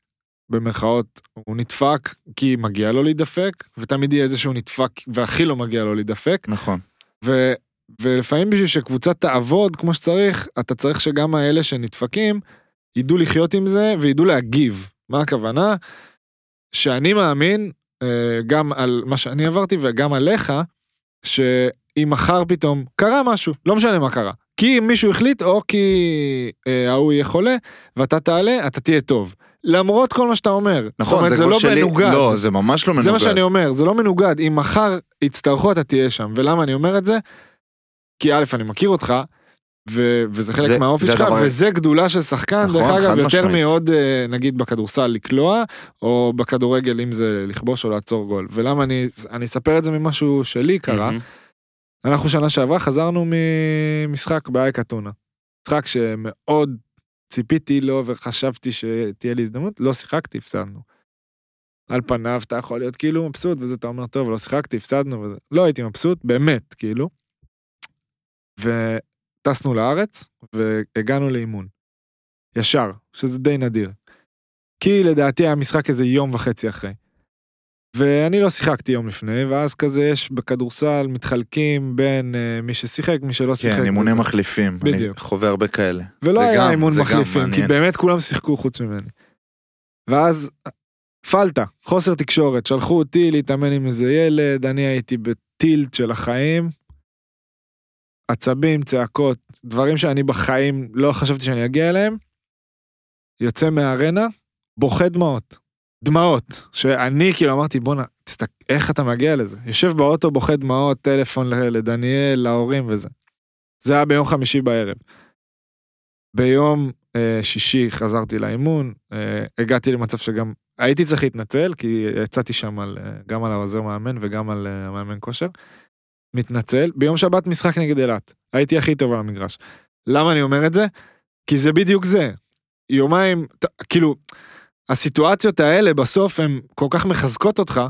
במרכאות, הוא נדפק כי מגיע לו להידפק, ותמיד יהיה את זה שהוא נדפק והכי לא מגיע לו להידפק, נכון. ו, ולפעמים בשביל שקבוצה תעבוד כמו שצריך, אתה צריך שגם האלה שנדפקים ידעו לחיות עם זה וידעו להגיב. מה הכוונה? שאני מאמין, אה, גם על מה שאני עברתי וגם עליך, שאם מחר פתאום קרה משהו, לא משנה מה קרה. כי אם מישהו החליט, או כי אה, ההוא יהיה חולה, ואתה תעלה, אתה תהיה טוב. למרות כל מה שאתה אומר. זאת נכון, אומרת, זה גול לא שלי- מנוגד. לא, זה ממש לא מנוגד. זה מה שאני אומר, זה לא מנוגד, אם מחר יצטרכו אתה תהיה שם, ולמה אני אומר את זה? כי א', אני מכיר אותך, ו- וזה חלק זה- מהאופי זה שלך, הדבר- וזה גדולה של שחקן, נכון, דרך אגב, חד יותר משמעית. מעוד אה, נגיד בכדורסל לקלוע, או בכדורגל אם זה לכבוש או לעצור גול. ולמה אני, אני אספר את זה ממשהו שלי <laughs> קרה, מהמם. אנחנו שנה שעברה חזרנו ממשחק באייק אתונה. משחק שמאוד ציפיתי לו וחשבתי שתהיה לי הזדמנות, לא שיחקתי, הפסדנו. על פניו אתה יכול להיות כאילו מבסוט, וזה אתה אומר, טוב, לא שיחקתי, הפסדנו, וזה. לא הייתי מבסוט, באמת, כאילו. וטסנו לארץ, והגענו לאימון. ישר, שזה די נדיר. כי לדעתי היה משחק איזה יום וחצי אחרי. ואני לא שיחקתי יום לפני, ואז כזה יש בכדורסל מתחלקים בין אה, מי ששיחק, מי שלא שיחק. כן, אימוני וזה. מחליפים. אני בדיוק. חווה הרבה כאלה. ולא זה גם- היה אימון זה גם מחליפים, כי מעניין. באמת כולם שיחקו חוץ ממני. ואז פלטה, חוסר תקשורת, שלחו אותי להתאמן עם איזה ילד, אני הייתי בטילט של החיים, עצבים, צעקות, דברים שאני בחיים לא חשבתי שאני אגיע אליהם, יוצא מהארנה, בוכה דמעות. דמעות. שאני כאילו אמרתי, בואנה, תסתכל, איך אתה מגיע לזה? יושב באוטו, בוכה דמעות, טלפון ל- לדניאל, להורים וזה. זה היה ביום חמישי בערב. ביום אה, שישי חזרתי לאימון, אה, הגעתי למצב שגם הייתי צריך להתנצל, כי יצאתי שם על, אה, גם על העוזר מאמן וגם על אה, המאמן כושר. מתנצל, ביום שבת משחק נגד אילת. הייתי הכי טוב על המגרש. למה אני אומר את זה? כי זה בדיוק זה. יומיים, ת- כאילו, הסיטואציות האלה בסוף הן כל כך מחזקות אותך,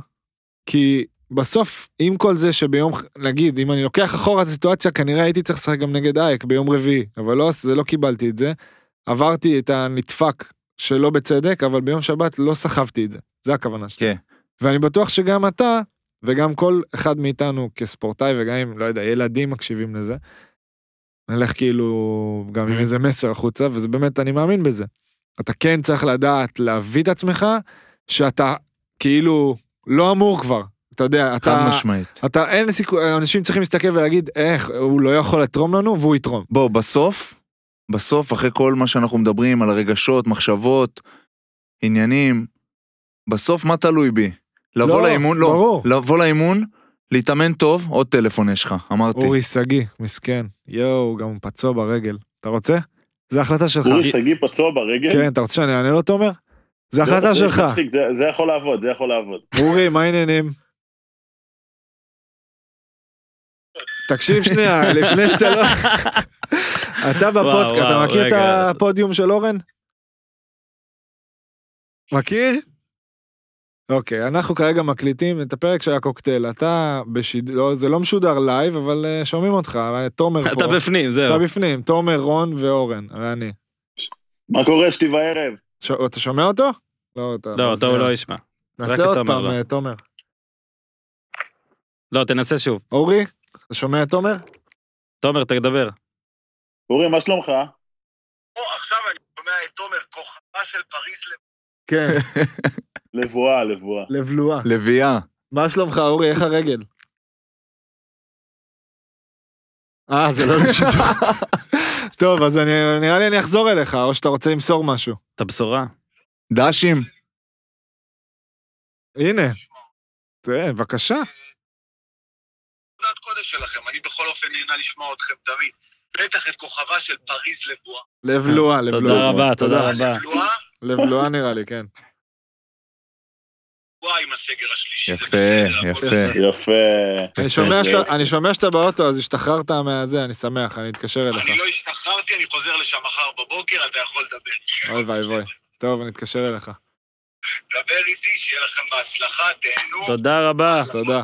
כי בסוף, עם כל זה שביום, נגיד, אם אני לוקח אחורה את הסיטואציה, כנראה הייתי צריך לשחק גם נגד אייק ביום רביעי, אבל לא, זה לא קיבלתי את זה. עברתי את הנדפק שלא בצדק, אבל ביום שבת לא סחבתי את זה. זה הכוונה שלי. כן. ואני בטוח שגם אתה, וגם כל אחד מאיתנו כספורטאי, וגם אם, לא יודע, ילדים מקשיבים לזה, נלך כאילו גם עם Mm. איזה מסר החוצה, וזה באמת, אני מאמין בזה. אתה כן צריך לדעת להביא את עצמך, שאתה כאילו לא אמור כבר. אתה יודע, חד אתה... משמעית. אתה אין סיכוי, אנשים צריכים להסתכל ולהגיד איך, הוא לא יכול לתרום לנו והוא יתרום. בוא, בסוף, בסוף, אחרי כל מה שאנחנו מדברים על הרגשות, מחשבות, עניינים, בסוף מה תלוי בי? לבוא לא, לאימון, לא, ברור. לבוא לאימון, להתאמן טוב, עוד טלפון יש לך, אמרתי. אורי שגיא, מסכן. יואו, גם הוא פצוע ברגל. אתה רוצה? זו החלטה שלך. אורי שגיא פצוע ברגל? כן, אתה רוצה שאני אענה לו, תומר? זו זה- החלטה זה- שלך. זה מצחיק, זה- זה יכול לעבוד, זה יכול לעבוד. אורי, מה העניינים? תקשיב שנייה, לפני שאתה לא... אתה בפודקאסט, אתה וואו, מכיר את רגע. הפודיום של אורן? מכיר? אוקיי, אנחנו כרגע מקליטים את הפרק של הקוקטייל. אתה בשיד... לא, זה לא משודר לייב, אבל אה, שומעים אותך, אה, תומר פה. אתה בפנים, זהו. אתה בפנים, תומר, רון ואורן, ואני. מה קורה שתי בערב? ש... אתה שומע אותו? לא, אתה... לא, אותו הוא באוזניות. לא ישמע. רק נעשה את עוד תומר, פעם, לא. אה, תומר. לא, תנסה שוב. אורי, אתה שומע את תומר? תומר, תדבר. אורי, מה שלומך? פה עכשיו אני שומע את תומר, כוכבה של פריס לב... <laughs> כן. לבואה, לבואה. לבלועה. לביאה. מה שלומך אורי, איך הרגל? אה, <laughs> זה לא לשידור. טוב, אז אני, נראה לי אני אחזור אליך, או שאתה רוצה למסור משהו. את הבשורה. דשים. הנה. זה, בבקשה. עבודת קודש שלכם, אני בכל אופן נהנה לשמוע אתכם תמיד. בטח את כוכבה של פריס לבואה. לבלועה, לבלועה. תודה רבה, תודה רבה. לבואה? לבלועה נראה לי, כן. וואי, עם הסגר השלישי. זה יפה, בסדר, הכל יפה. בסדר. כן. יפה. <laughs> אני שומע שאתה- אני שומע שאתה באוטו, אז השתחררת מהזה, אני שמח, אני אתקשר אליך. אני לא השתחררתי, אני חוזר לשם מחר בבוקר, אתה יכול לדבר. אוי ואי ואי. טוב, אני אתקשר אליך. דבר איתי, שיהיה לכם בהצלחה, תהנו. תודה רבה. תודה.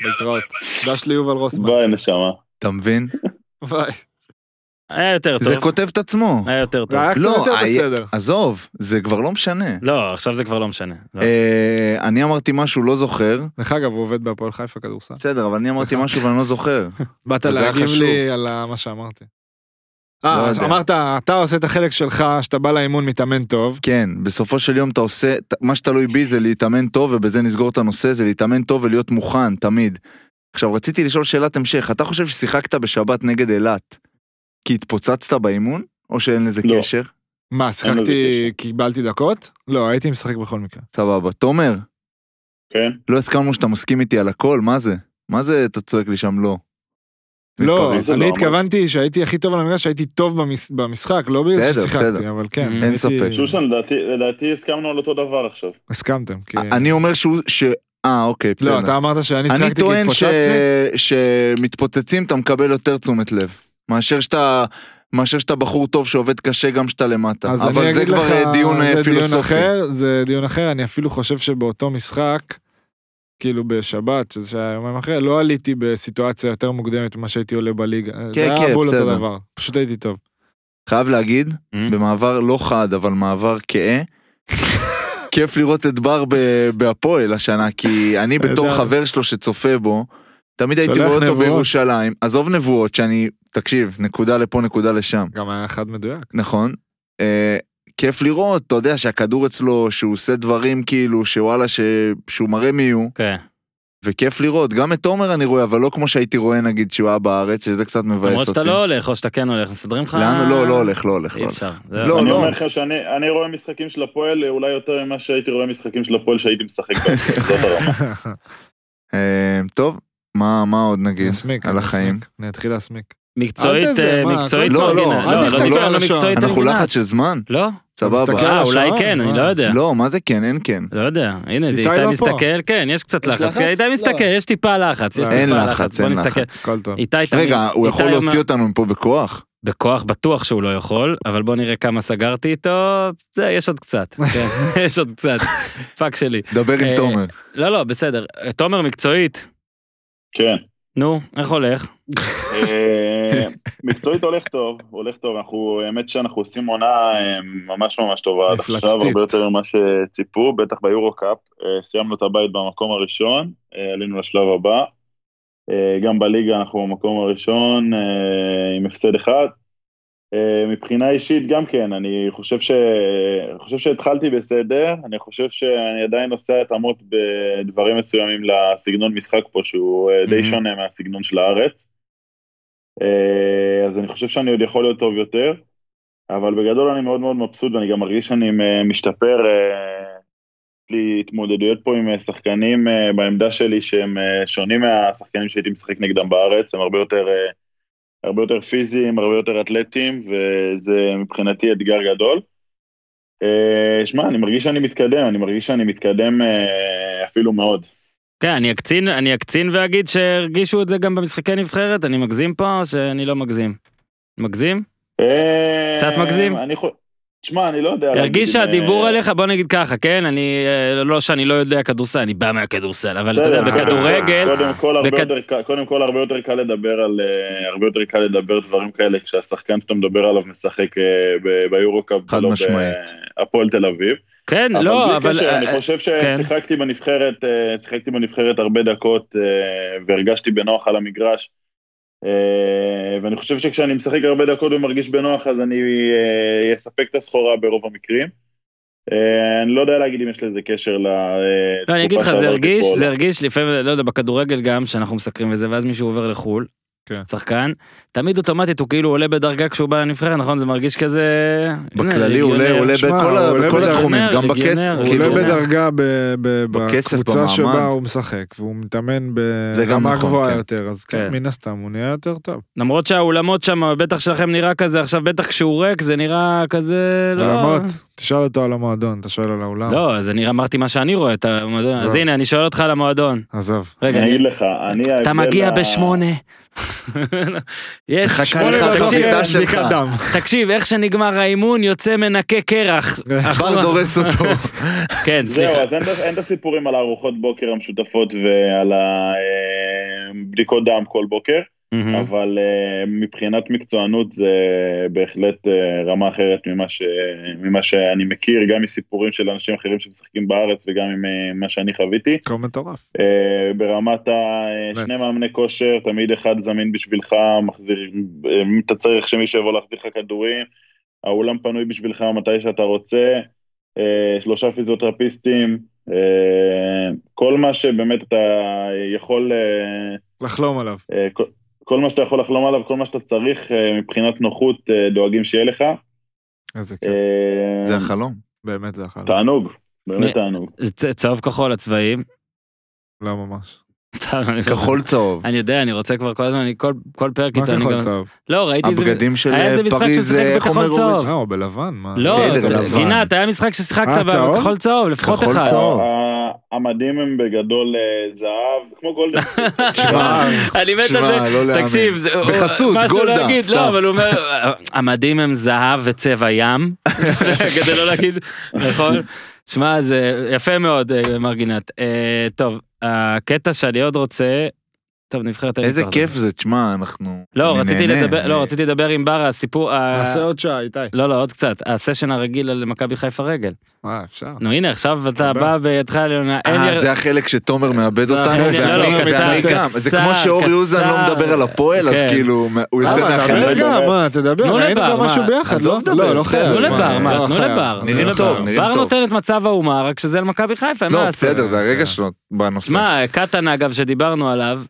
להתראות. דש לי יובל רוסמן. ביי, נשמה. אתה מבין? ביי. היה אה, יותר זה טוב. כותב את עצמו. היה יותר זה טוב. היה קצת לא, יותר היה- בסדר. עזוב, זה כבר לא משנה. לא, עכשיו זה כבר לא משנה. לא. אה, אני אמרתי משהו, לא זוכר. דרך אגב, הוא עובד בהפועל חיפה כדורסל. בסדר, אבל אני אמרתי סליחה. משהו ואני לא זוכר. באת וזה היה להגיב חשוב. לי על ה- מה שאמרתי. לא אה, יודע. אמרת, אתה עושה את החלק שלך, שאתה בא לאימון מתאמן טוב. כן, בסופו של יום אתה עושה, ת- מה שתלוי בי זה להתאמן טוב, ובזה נסגור את הנושא, זה להתאמן טוב ולהיות מוכן, תמיד. עכשיו, רציתי לשאול שאלת המשך, אתה חושב ששיחקת בשבת נגד אילת כי התפוצצת באימון, או שאין לזה לא. קשר? מה, שיחקתי, קשר. קיבלתי דקות? לא, הייתי משחק בכל מקרה. סבבה. תומר, כן? לא הסכמנו שאתה מסכים איתי על הכל, מה זה? מה זה אתה צועק לי שם לא? לא, מפריז זה לא אני אמרתי. התכוונתי שהייתי הכי טוב על המגרש, שהייתי טוב במש- במשחק, לא בגלל בסדר, ששיחקתי, בסדר. אבל כן. אין הייתי- ספק. שושן, לדעתי- לדעתי הסכמנו על אותו דבר עכשיו. הסכמתם, כי... אה, אני אומר שהוא, ש... אה, אוקיי, בסדר. כן. לא, אתה אמרת שאני אני שיחקתי כי טוען ש... התפוצצתי? שמתפוצצים אתה מקבל יותר תשומת לב מאשר שאתה מאשר שאתה בחור טוב שעובד קשה גם שאתה למטה אז אבל אני זה אגיד כבר לך, אה, דיון אה, זה דיון פילוסופי. אחר, זה דיון אחר, אני אפילו חושב שבאותו משחק, כאילו בשבת, שזה היה יומיים אחרי, לא עליתי בסיטואציה יותר מוקדמת ממה שהייתי עולה בליגה. זה היה כן, בול אותו בסדר. דבר, פשוט הייתי טוב. חייב להגיד Mm. במעבר לא חד אבל מעבר כאה. <laughs> כיף לראות את בר ב- בהפועל השנה כי אני בתור נהדר. חבר שלו שצופה בו תמיד הייתי שולח רואה אותו נבואות. בירושלים עזוב נבואות שאני תקשיב נקודה לפה נקודה לשם. גם היה אחד <laughs> מדויק. נכון. אה, כיף לראות, אתה יודע שהכדור אצלו, שהוא עושה דברים כאילו, שוואלה, ש... שהוא מראה מי הוא, כן. וכיף לראות. גם את תומר אני רואה, אבל לא כמו שהייתי רואה נגיד כשהוא היה בארץ, שזה קצת מבאס למרות אותי. שאתה לא הולך, או שאתה כן הולך, מסדרים לך... לאן? לא, לא הולך, לא הולך. לא אי הולך. אפשר. זה- לא, אני לא. אומר לך שאני אני רואה משחקים של הפועל אולי יותר ממה שהייתי רואה משחקים של הפועל שהייתי משחק בהם. <laughs> זאת הרמה. כן, אה, טוב, מה מה עוד נגיד? נסמיק. על החיים. לא נסמיק, נתחיל להסמיק. מקצועית, תזה, אה, מה, מקצועית הכל לא, טוב. לא, המדינה. אל לא, תסתכל לא דיברנו על השעון. מקצועית אנחנו המדינה. לחץ של זמן? לא? מסתכל סבבה. על אה, אולי השעון, כן, אני אה. לא יודע. לא, מה זה כן? אין כן. לא יודע, הנה, איתי איתי לא פה. מסתכל, כן, יש קצת יש לחץ, לחץ? כן, איתי לא. מסתכל, יש טיפה לחץ, יש אין טיפה לחץ, לחץ, בוא אין נסתכל. לחץ. הכל טוב. איתי תמיד, רגע, הוא איתי יכול אומר- להוציא אותנו מפה בכוח? בכוח בטוח שהוא לא יכול, אבל בוא נראה כמה סגרתי איתו, זה, יש עוד קצת, <laughs> כן, יש עוד קצת, פאק שלי. דבר עם אה, תומר. לא, לא, בסדר, תומר מקצועית, כן. נו, איך הולך? אה, מקצועית הולך טוב, הולך טוב. אנחנו, האמת שאנחנו עושים עונה אה, ממש ממש טובה עד מפלצתית. עכשיו, הרבה יותר ממה שציפו, בטח ביורו קאפ. אה, סיימנו את הבית במקום הראשון, אה, עלינו לשלב הבא. אה, גם בליגה אנחנו במקום הראשון אה, עם הפסד אחד. אה, מבחינה אישית גם כן, אני חושב, ש... חושב שהתחלתי בסדר, אני חושב שאני עדיין עושה התאמות בדברים מסוימים לסגנון משחק פה שהוא אה, די מהמם. שונה מהסגנון של הארץ. אה, אז אני חושב שאני עוד יכול להיות טוב יותר, אבל בגדול אני מאוד מאוד מבסוט ואני גם מרגיש שאני אה, משתפר. אה, יש לי התמודדויות פה עם אה, שחקנים אה, בעמדה שלי שהם אה, שונים מהשחקנים שהייתי משחק נגדם בארץ, הם הרבה יותר, אה, הרבה יותר פיזיים, הרבה יותר אתלטיים, וזה מבחינתי אתגר גדול. אה, שמע, אני מרגיש שאני מתקדם, אני מרגיש שאני מתקדם אה, אפילו מאוד. כן, אני אקצין, אני אקצין ואגיד שהרגישו את זה גם במשחקי נבחרת, אני מגזים פה או שאני לא מגזים? מגזים? אה, קצת מגזים? אני חו- שמע, אני לא יודע. להגיד הרגיש אם, שהדיבור אה, עליך, בוא נגיד ככה, כן, אני, אה, לא שאני לא יודע כדורסל, אני בא מהכדורסל, אבל אתה יודע, בסדר, בכדורגל, קודם כל, הרבה בכ- יותר ק- קודם כל הרבה יותר קל לדבר על אה, הרבה יותר קל לדבר דברים כאלה כשהשחקן שאתה מדבר עליו משחק אה, ב- ביורוקאפ חד ולא משמעית. בהפועל תל אביב. כן, אבל לא, בלי אבל... קשר, אני אה, חושב כן. ששיחקתי בנבחרת, אה, שיחקתי בנבחרת הרבה דקות אה, והרגשתי בנוח על המגרש. אה, ואני חושב שכשאני משחק הרבה דקות ומרגיש בנוח אז אני אה, אספק את הסחורה ברוב המקרים. אה, אני לא יודע להגיד אם יש לזה קשר אה, לתקופה לא, אני אגיד לך, זה שעברתי הרגיש, פה. זה הרגיש לפעמים, לא יודע, בכדורגל גם, שאנחנו מסקרים וזה, ואז מישהו עובר לחו"ל, כן. שחקן, תמיד אוטומטית הוא כאילו עולה בדרגה כשהוא בא לנבחרת, נכון? זה מרגיש כזה... הנה, בכללי הוא עולה- לגיונר. הוא עולה שמע, בכל הוא ה- עולה בכל בדרגה. התחומים, גם לגיונר, בכסף. הוא הוא כאילו. עולה כאילו- בדרגה ב- ב- בכסף, בקבוצה במעמד. שבה הוא משחק, והוא מתאמן זה גם ברמה נכון, גבוהה כן. יותר, אז כן. כן, מן הסתם הוא נהיה יותר טוב. למרות שהאולמות שם, בטח שלכם נראה כזה, עכשיו בטח כשהוא ריק זה נראה כזה... לא- עולמות, תשאל אותו על המועדון, אתה שואל על האולם. לא, זה נראה, אמרתי מה שאני רואה, את המועדון. אז עזוב. הנה, אני שואל אותך על המועדון. עזוב. רגע, אני אני- אגיד לך, אני... אתה ההבדל מגיע ה- בשמונה. <laughs> יש חכה שמונה לא לך, לא דקות. תקשיב, הבדיקה בדיקת שלך. דם. תקשיב, איך שנגמר האימון, יוצא מנקה קרח. <laughs> בר דורס אותו. <laughs> כן, זהו, סליחה. אז אין את- אין את הסיפורים על הארוחות בוקר המשותפות ועל הבדיקות דם כל בוקר, מהמם. אבל אה, מבחינת מקצוענות זה בהחלט אה, רמה אחרת ממה ש- ממה שאני מכיר, גם מסיפורים של אנשים אחרים שמשחקים בארץ וגם ממה שאני חוויתי. הכל מטורף. אה, ברמת השני באמת. מאמני כושר, תמיד אחד זמין בשבילך, מחזיר, אה, אם אתה צריך שמישהו יבוא להחזיר לך כדורים, האולם פנוי בשבילך מתי שאתה רוצה, אה, שלושה פיזיותרפיסטים, אה, כל מה שבאמת אתה יכול, אה, לחלום עליו. אה, כל- כל מה שאתה יכול לחלום עליו, כל מה שאתה צריך אה, מבחינת נוחות, אה, דואגים שיהיה לך. איזה כיף. אה, זה החלום. באמת זה החלום. תענוג, מ- באמת תענוג. זה צ- צהוב כחול הצבעים. <laughs> לא ממש. סתם, אני- כחול צהוב. אני יודע, אני רוצה כבר כל הזמן, אני כל- כל פרק מה איתו, <laughs> אני כחול גם... צהוב? לא, ראיתי את זה... הבגדים של היה איזה אה, משחק פריז, שהוא שיחק אה, איך בכחול אומר צהוב. אורז? אה, הוא בלבן, מה? לא, בסדר, אתה- לבן. גינת, היה משחק ששיחקת אה, צהוב? בכחול צהוב, לפחות כחול אחד. צהוב. ה- המדים הם בגדול אה, זהב, כמו גולדן. <laughs> תשמע, אני מת על זה. תשמע, לא להאמין. אה, תקשיב, זה- הוא- בחסות, משהו גולדה, להגיד, סתם. לא, אבל הוא אומר, המדים הם זהב וצבע <laughs> ים, כדי לא להגיד, נכון? שמע, זה יפה מאוד, אה, מר גינת. אה, טוב, הקטע שאני עוד רוצה, טוב, נבחרת איזה הזכרת. כיף זה, תשמע, אנחנו... לא, אני רציתי נהנה, לדבר, לא, אני- רציתי לדבר עם בר, הסיפור... ה- נעשה עוד שעה, איתי. לא, לא, עוד קצת. הסשן הרגיל על מכבי חיפה רגל. מה, אה, אפשר? נו, הנה, עכשיו אתה דבר. בא בידך העליונה. אין אה, יר- זה החלק שתומר מאבד לא, אותנו, לא, ואני- לא, ואני קצר, גם. זה קצר, כמו שאורי אוזן לא קצר. מדבר על הפועל, כן. אז כאילו, הוא יוצא למה, מהחלק. דבר גם, באמת. מה, תדבר, תנו ראינו לבר, גם מה? משהו ביחד. עזוב לא? לדבר, לא, לא בסדר, חייב. תנו מה, לבר, מה? לא תנו חייב. לבר. נראים תנו טוב, לבר. נראים בר טוב. נותן את מצב האומה, רק שזה על מכבי חיפה, מה לא, לעשות? כן. בסדר, זה הרגע שלו בנושא. שמע, קטן אגב, שדיברנו עליו,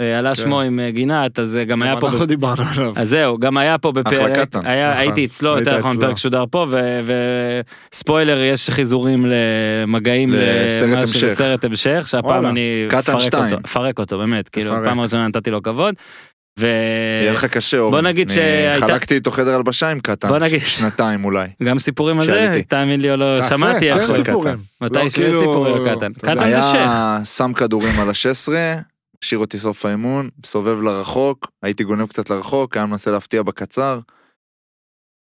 אה, עלה כן. שמו עם אה, גינת, אז אה, גם היה פה... אה, אנחנו דיברנו עליו. אז זהו, גם היה פה אחלה בפרק, קטן, היה- נכון. הייתי אצלו, היית יותר נכון, אצלו. פרק שודר פה, וספוילר, יש חיזורים למגעים לסרט למשהו- המשך. לסרט המשך, שהפעם וואלה. אני קטן אפרק שתיים. אותו, אפרק אותו, באמת, כאילו, תפרק. פעם ראשונה נתתי לו כבוד, ו... יהיה לך קשה, אורי. אה, בוא נגיד אני שהייתה- חלקתי איתו חדר הלבשה עם קטן, בוא נגיד- שנתיים אולי. גם סיפורים על זה, שאל איתי. תאמין לי או לא, תעשה, שמעתי תן עכשיו, סיפור. סיפורים. מתי לא, יש לי כאילו, סיפורים על קטן, אתה יודע. קטן זה שייח, היה שם כדורים על ה-16, השאיר אותי סוף האימון, סובב לרחוק, הייתי גונב קצת לרחוק, היה מנסה להפתיע בקצר.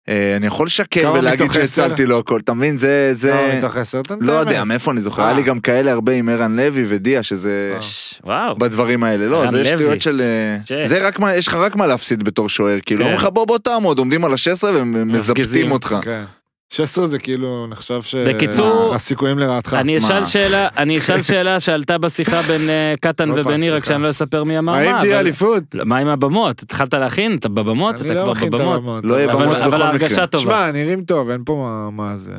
אה, אני יכול לשקר כמה ולהגיד מתוך עשר? שהצלתי לו הכל, אתה מבין? זה, זה... זה... מתוך עשר אתה לא יודע, מאיפה אני זוכר, היה לי גם כאלה הרבה עם ערן לוי ודיה, שזה... אה. ש- וואו, בדברים האלה, לא, ערן זה לוי. שטויות של... אה, ש- זה רק מה, יש לך רק מה להפסיד בתור שוער, כאילו, כן. אה, אומרים לך בוא בוא תעמוד, עומדים על ה-16 מפגיזים. ומזפתים אותך. כן. 16 זה כאילו נחשב ש... אה, בקיצור, הסיכויים לרעתך. אני אשאל מה? שאלה, אני <laughs> אשאל שאלה שעלתה בשיחה בין אה, קטן לא וביני, פעם, רק סליחה. שאני לא אספר מי אמר מה, האם תהיה אבל- אליפות? לא, מה עם הבמות? התחלת להכין? אתה בבמות? אתה אני לא כבר מכין את בבמות. הרמות. לא יהיה אבל- במות אבל בכל ההרגשה מקרה. טובה. שמע, נראים טוב, אין פה מה- מה זה.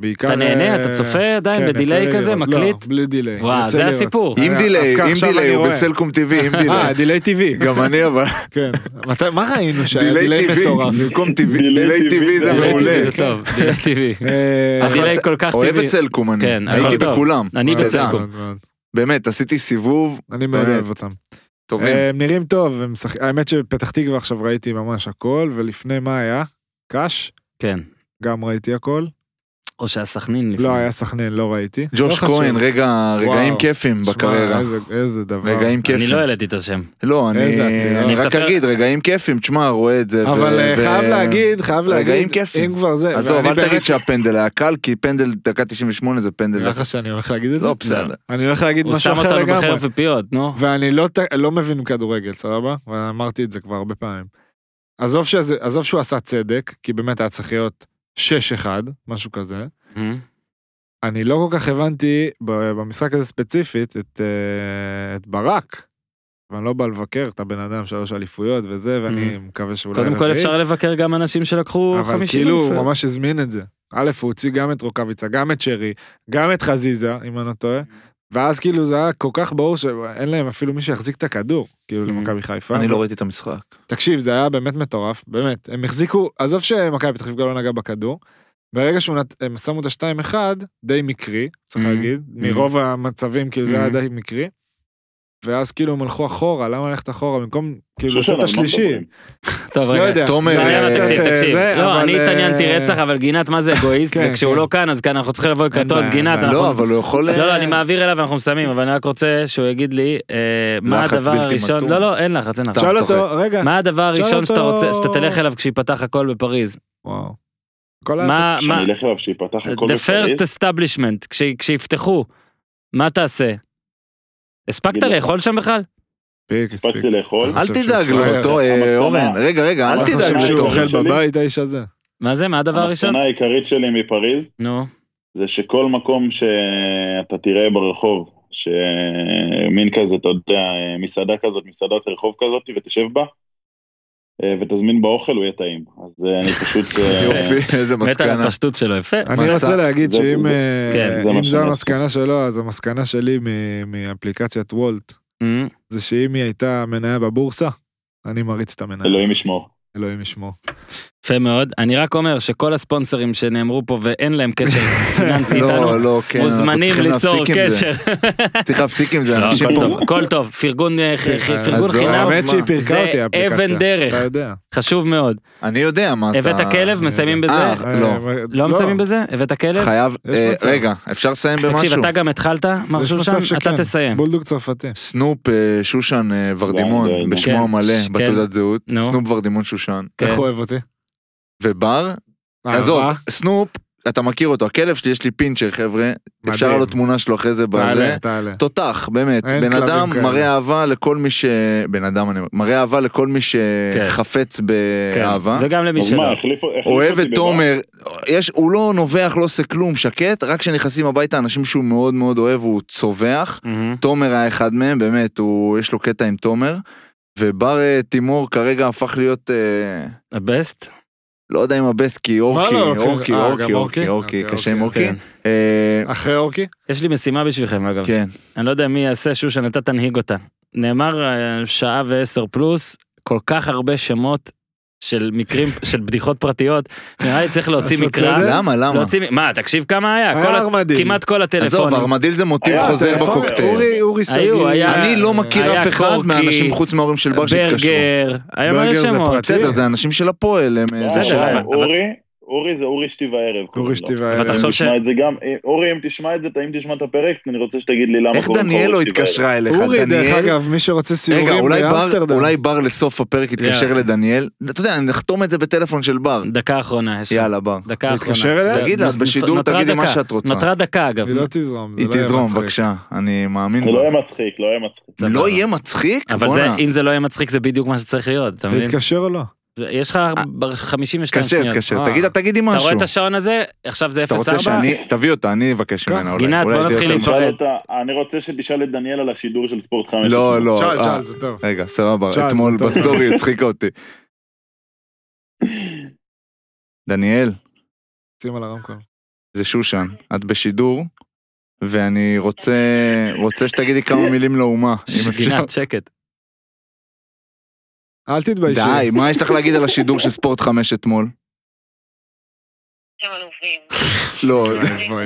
בעיקר... אתה נהנה? אה, אתה צופה כן, עדיין יוצא בדיליי לי כזה? לראות. מקליט? לא, בלי דיליי. וואו, יוצא זה לי לראות. הסיפור. עם אה, דיליי, דווקא עם עכשיו דיליי, אני הוא רואה. בסלקום TV, <laughs> עם אה, דיליי. דיליי <laughs> טבעי. גם אני אבל, כן. מתי- מה ראינו שהיה דיליי דיליי TV, מטורף? <laughs> במקום TV, דיליי דיליי TV, TV זה דיליי מעולה. זה טוב, דיליי לא. <laughs> טבעי. אה, אחלה דיליי ס- כל כך אוהב טבעי. את סלקום אני, כן, הייתי הכל טוב. בכולם. אני שתדע. בסלקום. מאוד, מאוד. באמת, עשיתי סיבוב, אני מאוד באמת. אוהב אותם. אוקיי. אה, טובים. הם נראים טוב, הם משחק... האמת שפתח תקווה עכשיו ראיתי ממש הכל, ולפני מה היה? קאש? כן. גם ראיתי הכל. או שהיה סכנין לפני. לא, היה סכנין, לא ראיתי. ג'וש לא חשוב. כהן, רגע, רגעים וואו. כיפים שמע, בקריירה. איזה- איזה דבר. רגעים אני כיפים. לא העליתי את השם. לא, אני איזה אצירה. אני אני רק אספר- אגיד, רגעים כיפים, תשמע, רואה את זה. ו- אבל אה, ו- חייב להגיד, חייב רגעים להגיד, כיפים. אם כבר זה, עזוב, ואני אל באמת- לא תגיד שהפנדל היה קל, כי פנדל דקה 98 זה פנדל. נראה לך שאני הולך להגיד את זה? לא, בסדר. אני הולך להגיד הוא משהו שם אחר אותנו לגמרי. בחרב ופיות, נו. ואני לא, ת- לא מבין כדורגל, סבבה? ואמרתי את זה כבר הרבה פעמים. עזוב, שזה, עזוב שהוא עשה צדק, כי באמת היה צריך להיות 6-1, משהו כזה. אני לא כל כך הבנתי ב- במשחק הזה ספציפית את, אה, את ברק. ואני לא בא לבקר את הבן אדם שלוש אליפויות וזה, ואני מקווה שאולי... קודם כל רביעית, אפשר לבקר גם אנשים שלקחו אבל 50 כאילו, אלף. הוא ממש הזמין את זה. א', הוא הוציא גם את רוקאביצה, גם את שרי, גם את חזיזה, אם אני לא טועה. ואז כאילו זה היה כל כך ברור שאין להם אפילו מי שיחזיק את הכדור, כאילו Mhm. למכבי חיפה. אני אבל- לא ראיתי את המשחק. תקשיב, זה היה באמת מטורף, באמת. הם החזיקו, עזוב שמכבי פתח תקווה לא נגע בכדור, ברגע שהוא נת... הם שמו את ה-2-1, די מקרי, צריך Mhm. להגיד, מרוב המצבים, כאילו זה היה Mhm. די מקרי. ואז כאילו הם הלכו אחורה, למה ללכת אחורה? במקום, כאילו, שושן, לתת את על מה השלישי. מדברים? טוב, לא רגע. יודע. תומר, זה היה אה, קצת, תקשיב, אה, תקשיב. זה, לא, אבל, אני אה, התעניינתי רצח, אבל גינת מה זה אגואיסט, כן, וכשהוא כן. לא כאן, אז כאן אנחנו צריכים לבוא לקראתו, אין אז בעיה, גינת, אין אנחנו... לא, אבל הוא יכול... לא, לא, אני מעביר אליו, אנחנו מסיימים, אבל אני רק רוצה שהוא יגיד לי, אה, מה לחץ הדבר בלתי הראשון... מתון. לא, לא, אין לחץ, אין לחץ. שאל צוחק. אותו, רגע. מה הדבר שאל הראשון שאתה אותו- רוצה, שאתה תלך אליו כשיפתח הכל בפריז? וואו. כל ה... מה, אה, מה, שאני אלך אליו שיפתח הכל the first בפריז? establishment, כש- כשיפתחו, מה תעשה? הספקת גיל לא- אחד. לאכול שם בכלל? הספיק, הספיק. הספקתי לאכול? אני אל חושב שהוא תדאג פראייר. לאותו אה, המסקנה- אורן. רגע, רגע, אל אתה המסקנה תדאג חושב לא שהוא לאותו. אוכל שלי? בבית, האיש הזה? מה זה, מה הדבר הראשון? המסקנה העיקרית שלי מפריז נו, זה שכל מקום שאתה תראה ברחוב, שמין כזה, אתה יודע, מסעדה כזאת, מסעדת רחוב כזאת, ותשב בה, אה, ותזמין בה אוכל, הוא יהיה טעים. אז אה, אני פשוט... <laughs> אה, יופי, <laughs> איזה מת על מסקנה. הפשטות שלו, יפה. אני מסע. רוצה להגיד זה- שאם זה- אה, כן, זה מה שאני אם זו עושה. המסקנה שלו, אז המסקנה שלי מ- מאפליקציית וולט, אמ, זה שאם היא הייתה מניה בבורסה, אני מריץ את המניה. אלוהים ישמור. אלוהים ישמור. יפה מאוד. אני רק אומר שכל הספונסרים שנאמרו פה ואין להם קשר פיננסי איתנו, <laughs> לא, לא, כן, אנחנו מוזמנים צריכים ליצור להפסיק עם זה. קשר. צריך להפסיק עם זה, לא, אנשים הכל פה... כן, טוב, הכל טוב, פרגון אה, ח- ח- פרגון עזוב. חינם האמת שהיא מה? פירקה זה אותי האפליקציה. אבן דרך. אתה יודע. חשוב מאוד. אני יודע מה אתה... הבאת כלב, אני מסיימים יודע. בזה? אה, לא. לא מסיימים בזה? הבאת כלב? חייב... יש אה, מצב. רגע, אפשר לסיים תקשיב, במשהו? אתה גם התחלת יש משהו מצב שם, אתה שכן. תסיים. בולדוג צרפתי. סנופ אה, שושן אה, די, די, ורדימון, די. בשמו כן, המלא, ש- בתעודת זהות. נו. סנופ ורדימון שושן. כן. איך הוא אוהב אותי? ובר, עזוב, אהבה. סנופ אתה מכיר אותו, הכלב שלי, יש לי פינצ'ר חבר'ה, אפשר לו תמונה שלו אחרי זה בזה. תעלה, תעלה. תותח, באמת, אין בן כלבים אדם כאלה. מראה אהבה לכל מי ש... בן אדם, אני אומר, מראה אהבה לכל מי שחפץ כן. באהבה. וגם למי אז שלא. מה, החליפו החליפו אותי אוהב את בבר? תומר, יש, הוא לא נובח, לא עושה כלום, שקט, רק כשנכנסים הביתה אנשים שהוא מאוד מאוד אוהב, הוא צווח. מהמם. תומר היה אחד מהם, באמת, הוא, יש לו קטע עם תומר. ובר אה, תימור כרגע הפך להיות, אה, הבסט? לא יודע אם הבסט, כי אורקי, לא, אוקיי. אורקי, אה, אורקי, אורקי, גם אורקי? אורקי, אוקיי, קשה עם אוקיי. אורקי. כן. אה, אחרי אורקי? יש לי משימה בשבילכם אגב. כן, אני לא יודע מי יעשה, שושן, אתה תנהיג אותה. נאמר אה, שעה ועשר פלוס, כל כך הרבה שמות של מקרים, <laughs> של בדיחות פרטיות, נראה לי צריך להוציא אז אתה מקרא. צודק. למה, למה? להוציא, מ- מה, תקשיב כמה היה, היה אה, כל ה- ארמדיל. כמעט כל עזוב, הטלפונים. ארמדיל זה מוטיב היה, חוזר טלפון, בקוקטייל. אורי, אורי שגיא. היו, היה- אני לא מכיר היה אף אחד קורקי, מהאנשים חוץ מההורים של בר שהתקשרו. ברגר, היה מלא ברגר זה שמות. פרטי. בסדר, זה אנשים של הפועל, הם... אה, זה בסדר, שלהם. אבל- אורי, אורי זה אורי שתי וערב. אורי שטיבה. אבל תחשוב ש- תשמע את זה גם, אה, אורי אם תשמע את זה, אם תשמע את הפרק, אני רוצה שתגיד לי למה איך קוראים לך דניאל לא אורי שתי וערב. התקשרה אליך? אורי, דרך דניאל? אגב, מי שרוצה רגע, סיורים אולי בר, באמסטרדם. אולי בר לסוף הפרק יתקשר יאללה. לדניאל? אתה יודע, נחתום את זה בטלפון של בר. דקה אחרונה, יש לך. יאללה, בר. דקה אחרונה. להתקשר אליה? זה- תגיד לה, אז נות- בשידור נותרה תגידי מה דקה. שאת רוצה. נותרה דקה אגב. היא לא תזרום. זה היא לא יהיה תזרום, מצחיק. בבקשה. אני מאמין. זה בה. לא יהיה מצחיק, לא יהיה מצחיק. לא יהיה מצחיק? אבל זה- בואנה. אם זה לא יהיה מצחיק זה בדיוק מה שצריך להיות, אתה מבין? להתקשר או לא? יש לך ב- 52 תתקשר, שניות. תתקשר. אה. תגיד לה, תגידי אתה משהו. רואה את השעון הזה? עכשיו זה אתה רוצה 0-4? שאני... תביא אותה, אני אבקש קח. ממנה. אולי. גינת, אולי בוא זה נתחיל יותר- עם תשאל מפחד. אותה, אני רוצה שתשאל את דניאל על השידור של ספורט חמש. לא, לא. שאל, אה, שאל, זה טוב. רגע, סבבה, שאל, אתמול זה טוב. בסטורי הצחיקה אותי. דניאל, שים על הרמקול. זה שושן, את בשידור, ואני רוצה רוצה שתגידי כמה מילים לאומה, אם אפשר. גינת, שקט. אל תתביישי. די, מה יש לך להגיד על השידור של ספורט 5 אתמול? הם עלובים. כאילו. לא, אוי,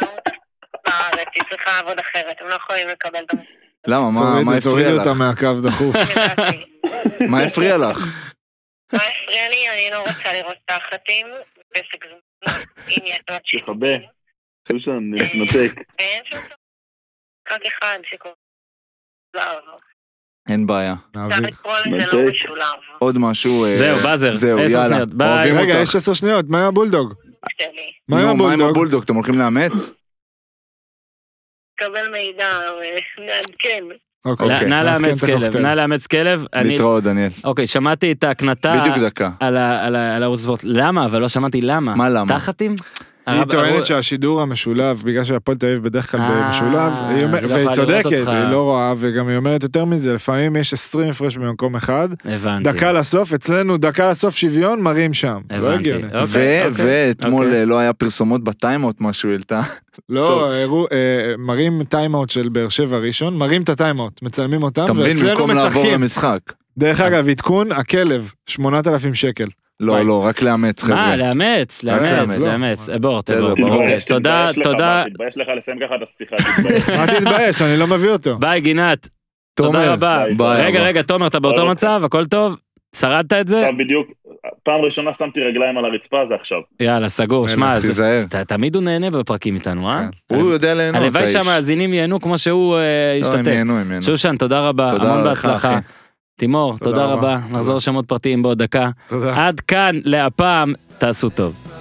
<laughs> בארץ, היא צריכה לעבוד אחרת, הם לא יכולים לקבל גם... למה, מה- מה תורידי, הפריע תורידי אותה לך? מהקו דחוף. לדעתי. מה הפריע לך? מה הפריע לי? אני לא רוצה לראות תחתים, פסק זמן, עניינות תכבה. שושן, נתנתק. <laughs> ואין שום צורך. רק אחד שקוראים לו משולב. אין בעיה. אפשר נעביר. לקרוא לזה לא מנתק. משולב. עוד משהו... אה, זהו, באזר. זהו, עשר יאללה. שניות, ביי. אוהבים רגע, אותך. יש עשר שניות, מה עם הבולדוג? שלי. מה עם נו, מה עם הבולדוג? הבולדוג? אתם הולכים לאמץ? קבל מידע, אה, נעדכן. אוקיי, נא- נא נעדכן את לאמץ כלב, הקוקטייל. נא לאמץ כלב. אני- להתראות, דניאל. אוקיי, שמעתי את ההקנטה בדיוק דקה. על ה- על ה- על הערוץ ספורט. למה? אבל לא שמעתי למה. מה למה? תחתים? היא טוענת שהשידור המשולב, בגלל שהפועל תל אביב בדרך כלל אה, במשולב, היא אומר- אז היא לא והיא יכולה לראות צודקת, אותך. היא לא רואה, וגם היא אומרת יותר מזה, לפעמים יש 20 הפרש במקום אחד, הבנתי. דקה לסוף, אצלנו דקה לסוף שוויון, מראים שם. לא הבנתי. הגיוני. אוקיי, ו- אוקיי, ואתמול אוקיי. אה, לא היה פרסומות בטיימאוט מה שהוא העלתה. לא, הראו, אה, מראים טיימאוט של באר שבע ראשון, מראים את הטיימאוט, מצלמים אותם, אתה מבין? ואצלנו במקום לעבור משחקים. למשחק. דרך אגב, עדכון, הכלב, 8,000 שקל. לא, וואי. לא, רק לאמץ, חבר'ה. מה, לאמץ, לאמץ, לאמץ, לא. לאמץ. אה, בוא, בסדר, תבוא. ברור. אוקיי, תתבייש, תודה, תתבייש לך, תודה. מה, תתבייש לך לסיים ככה את השיחה, <laughs> תתבייש. מה תתבייש, אני לא מביא אותו. ביי, גינת. תומר, תודה רבה. ביי, רגע, אבא. רגע, תומר, אתה באותו אוקיי. מצב? הכל טוב? שרדת את זה? עכשיו בדיוק, פעם ראשונה שמתי רגליים על הרצפה, זה עכשיו. יאללה, סגור. אה, שמע, זה- תיזהר. ת- תמיד הוא נהנה בפרקים איתנו, אה? כן. הוא יודע ליהנות, האיש. הלוואי שהמאזינים ייהנו כמו שהוא אה, לא, הם השתתף. ייהנו, הם ייהנו. שושן, תודה רבה, תודה המון לך, בהצלחה. אחי. תימור, תודה תודה רבה. רבה, נחזור לשמות פרטיים בעוד דקה. תודה. עד כאן, להפעם, תעשו טוב.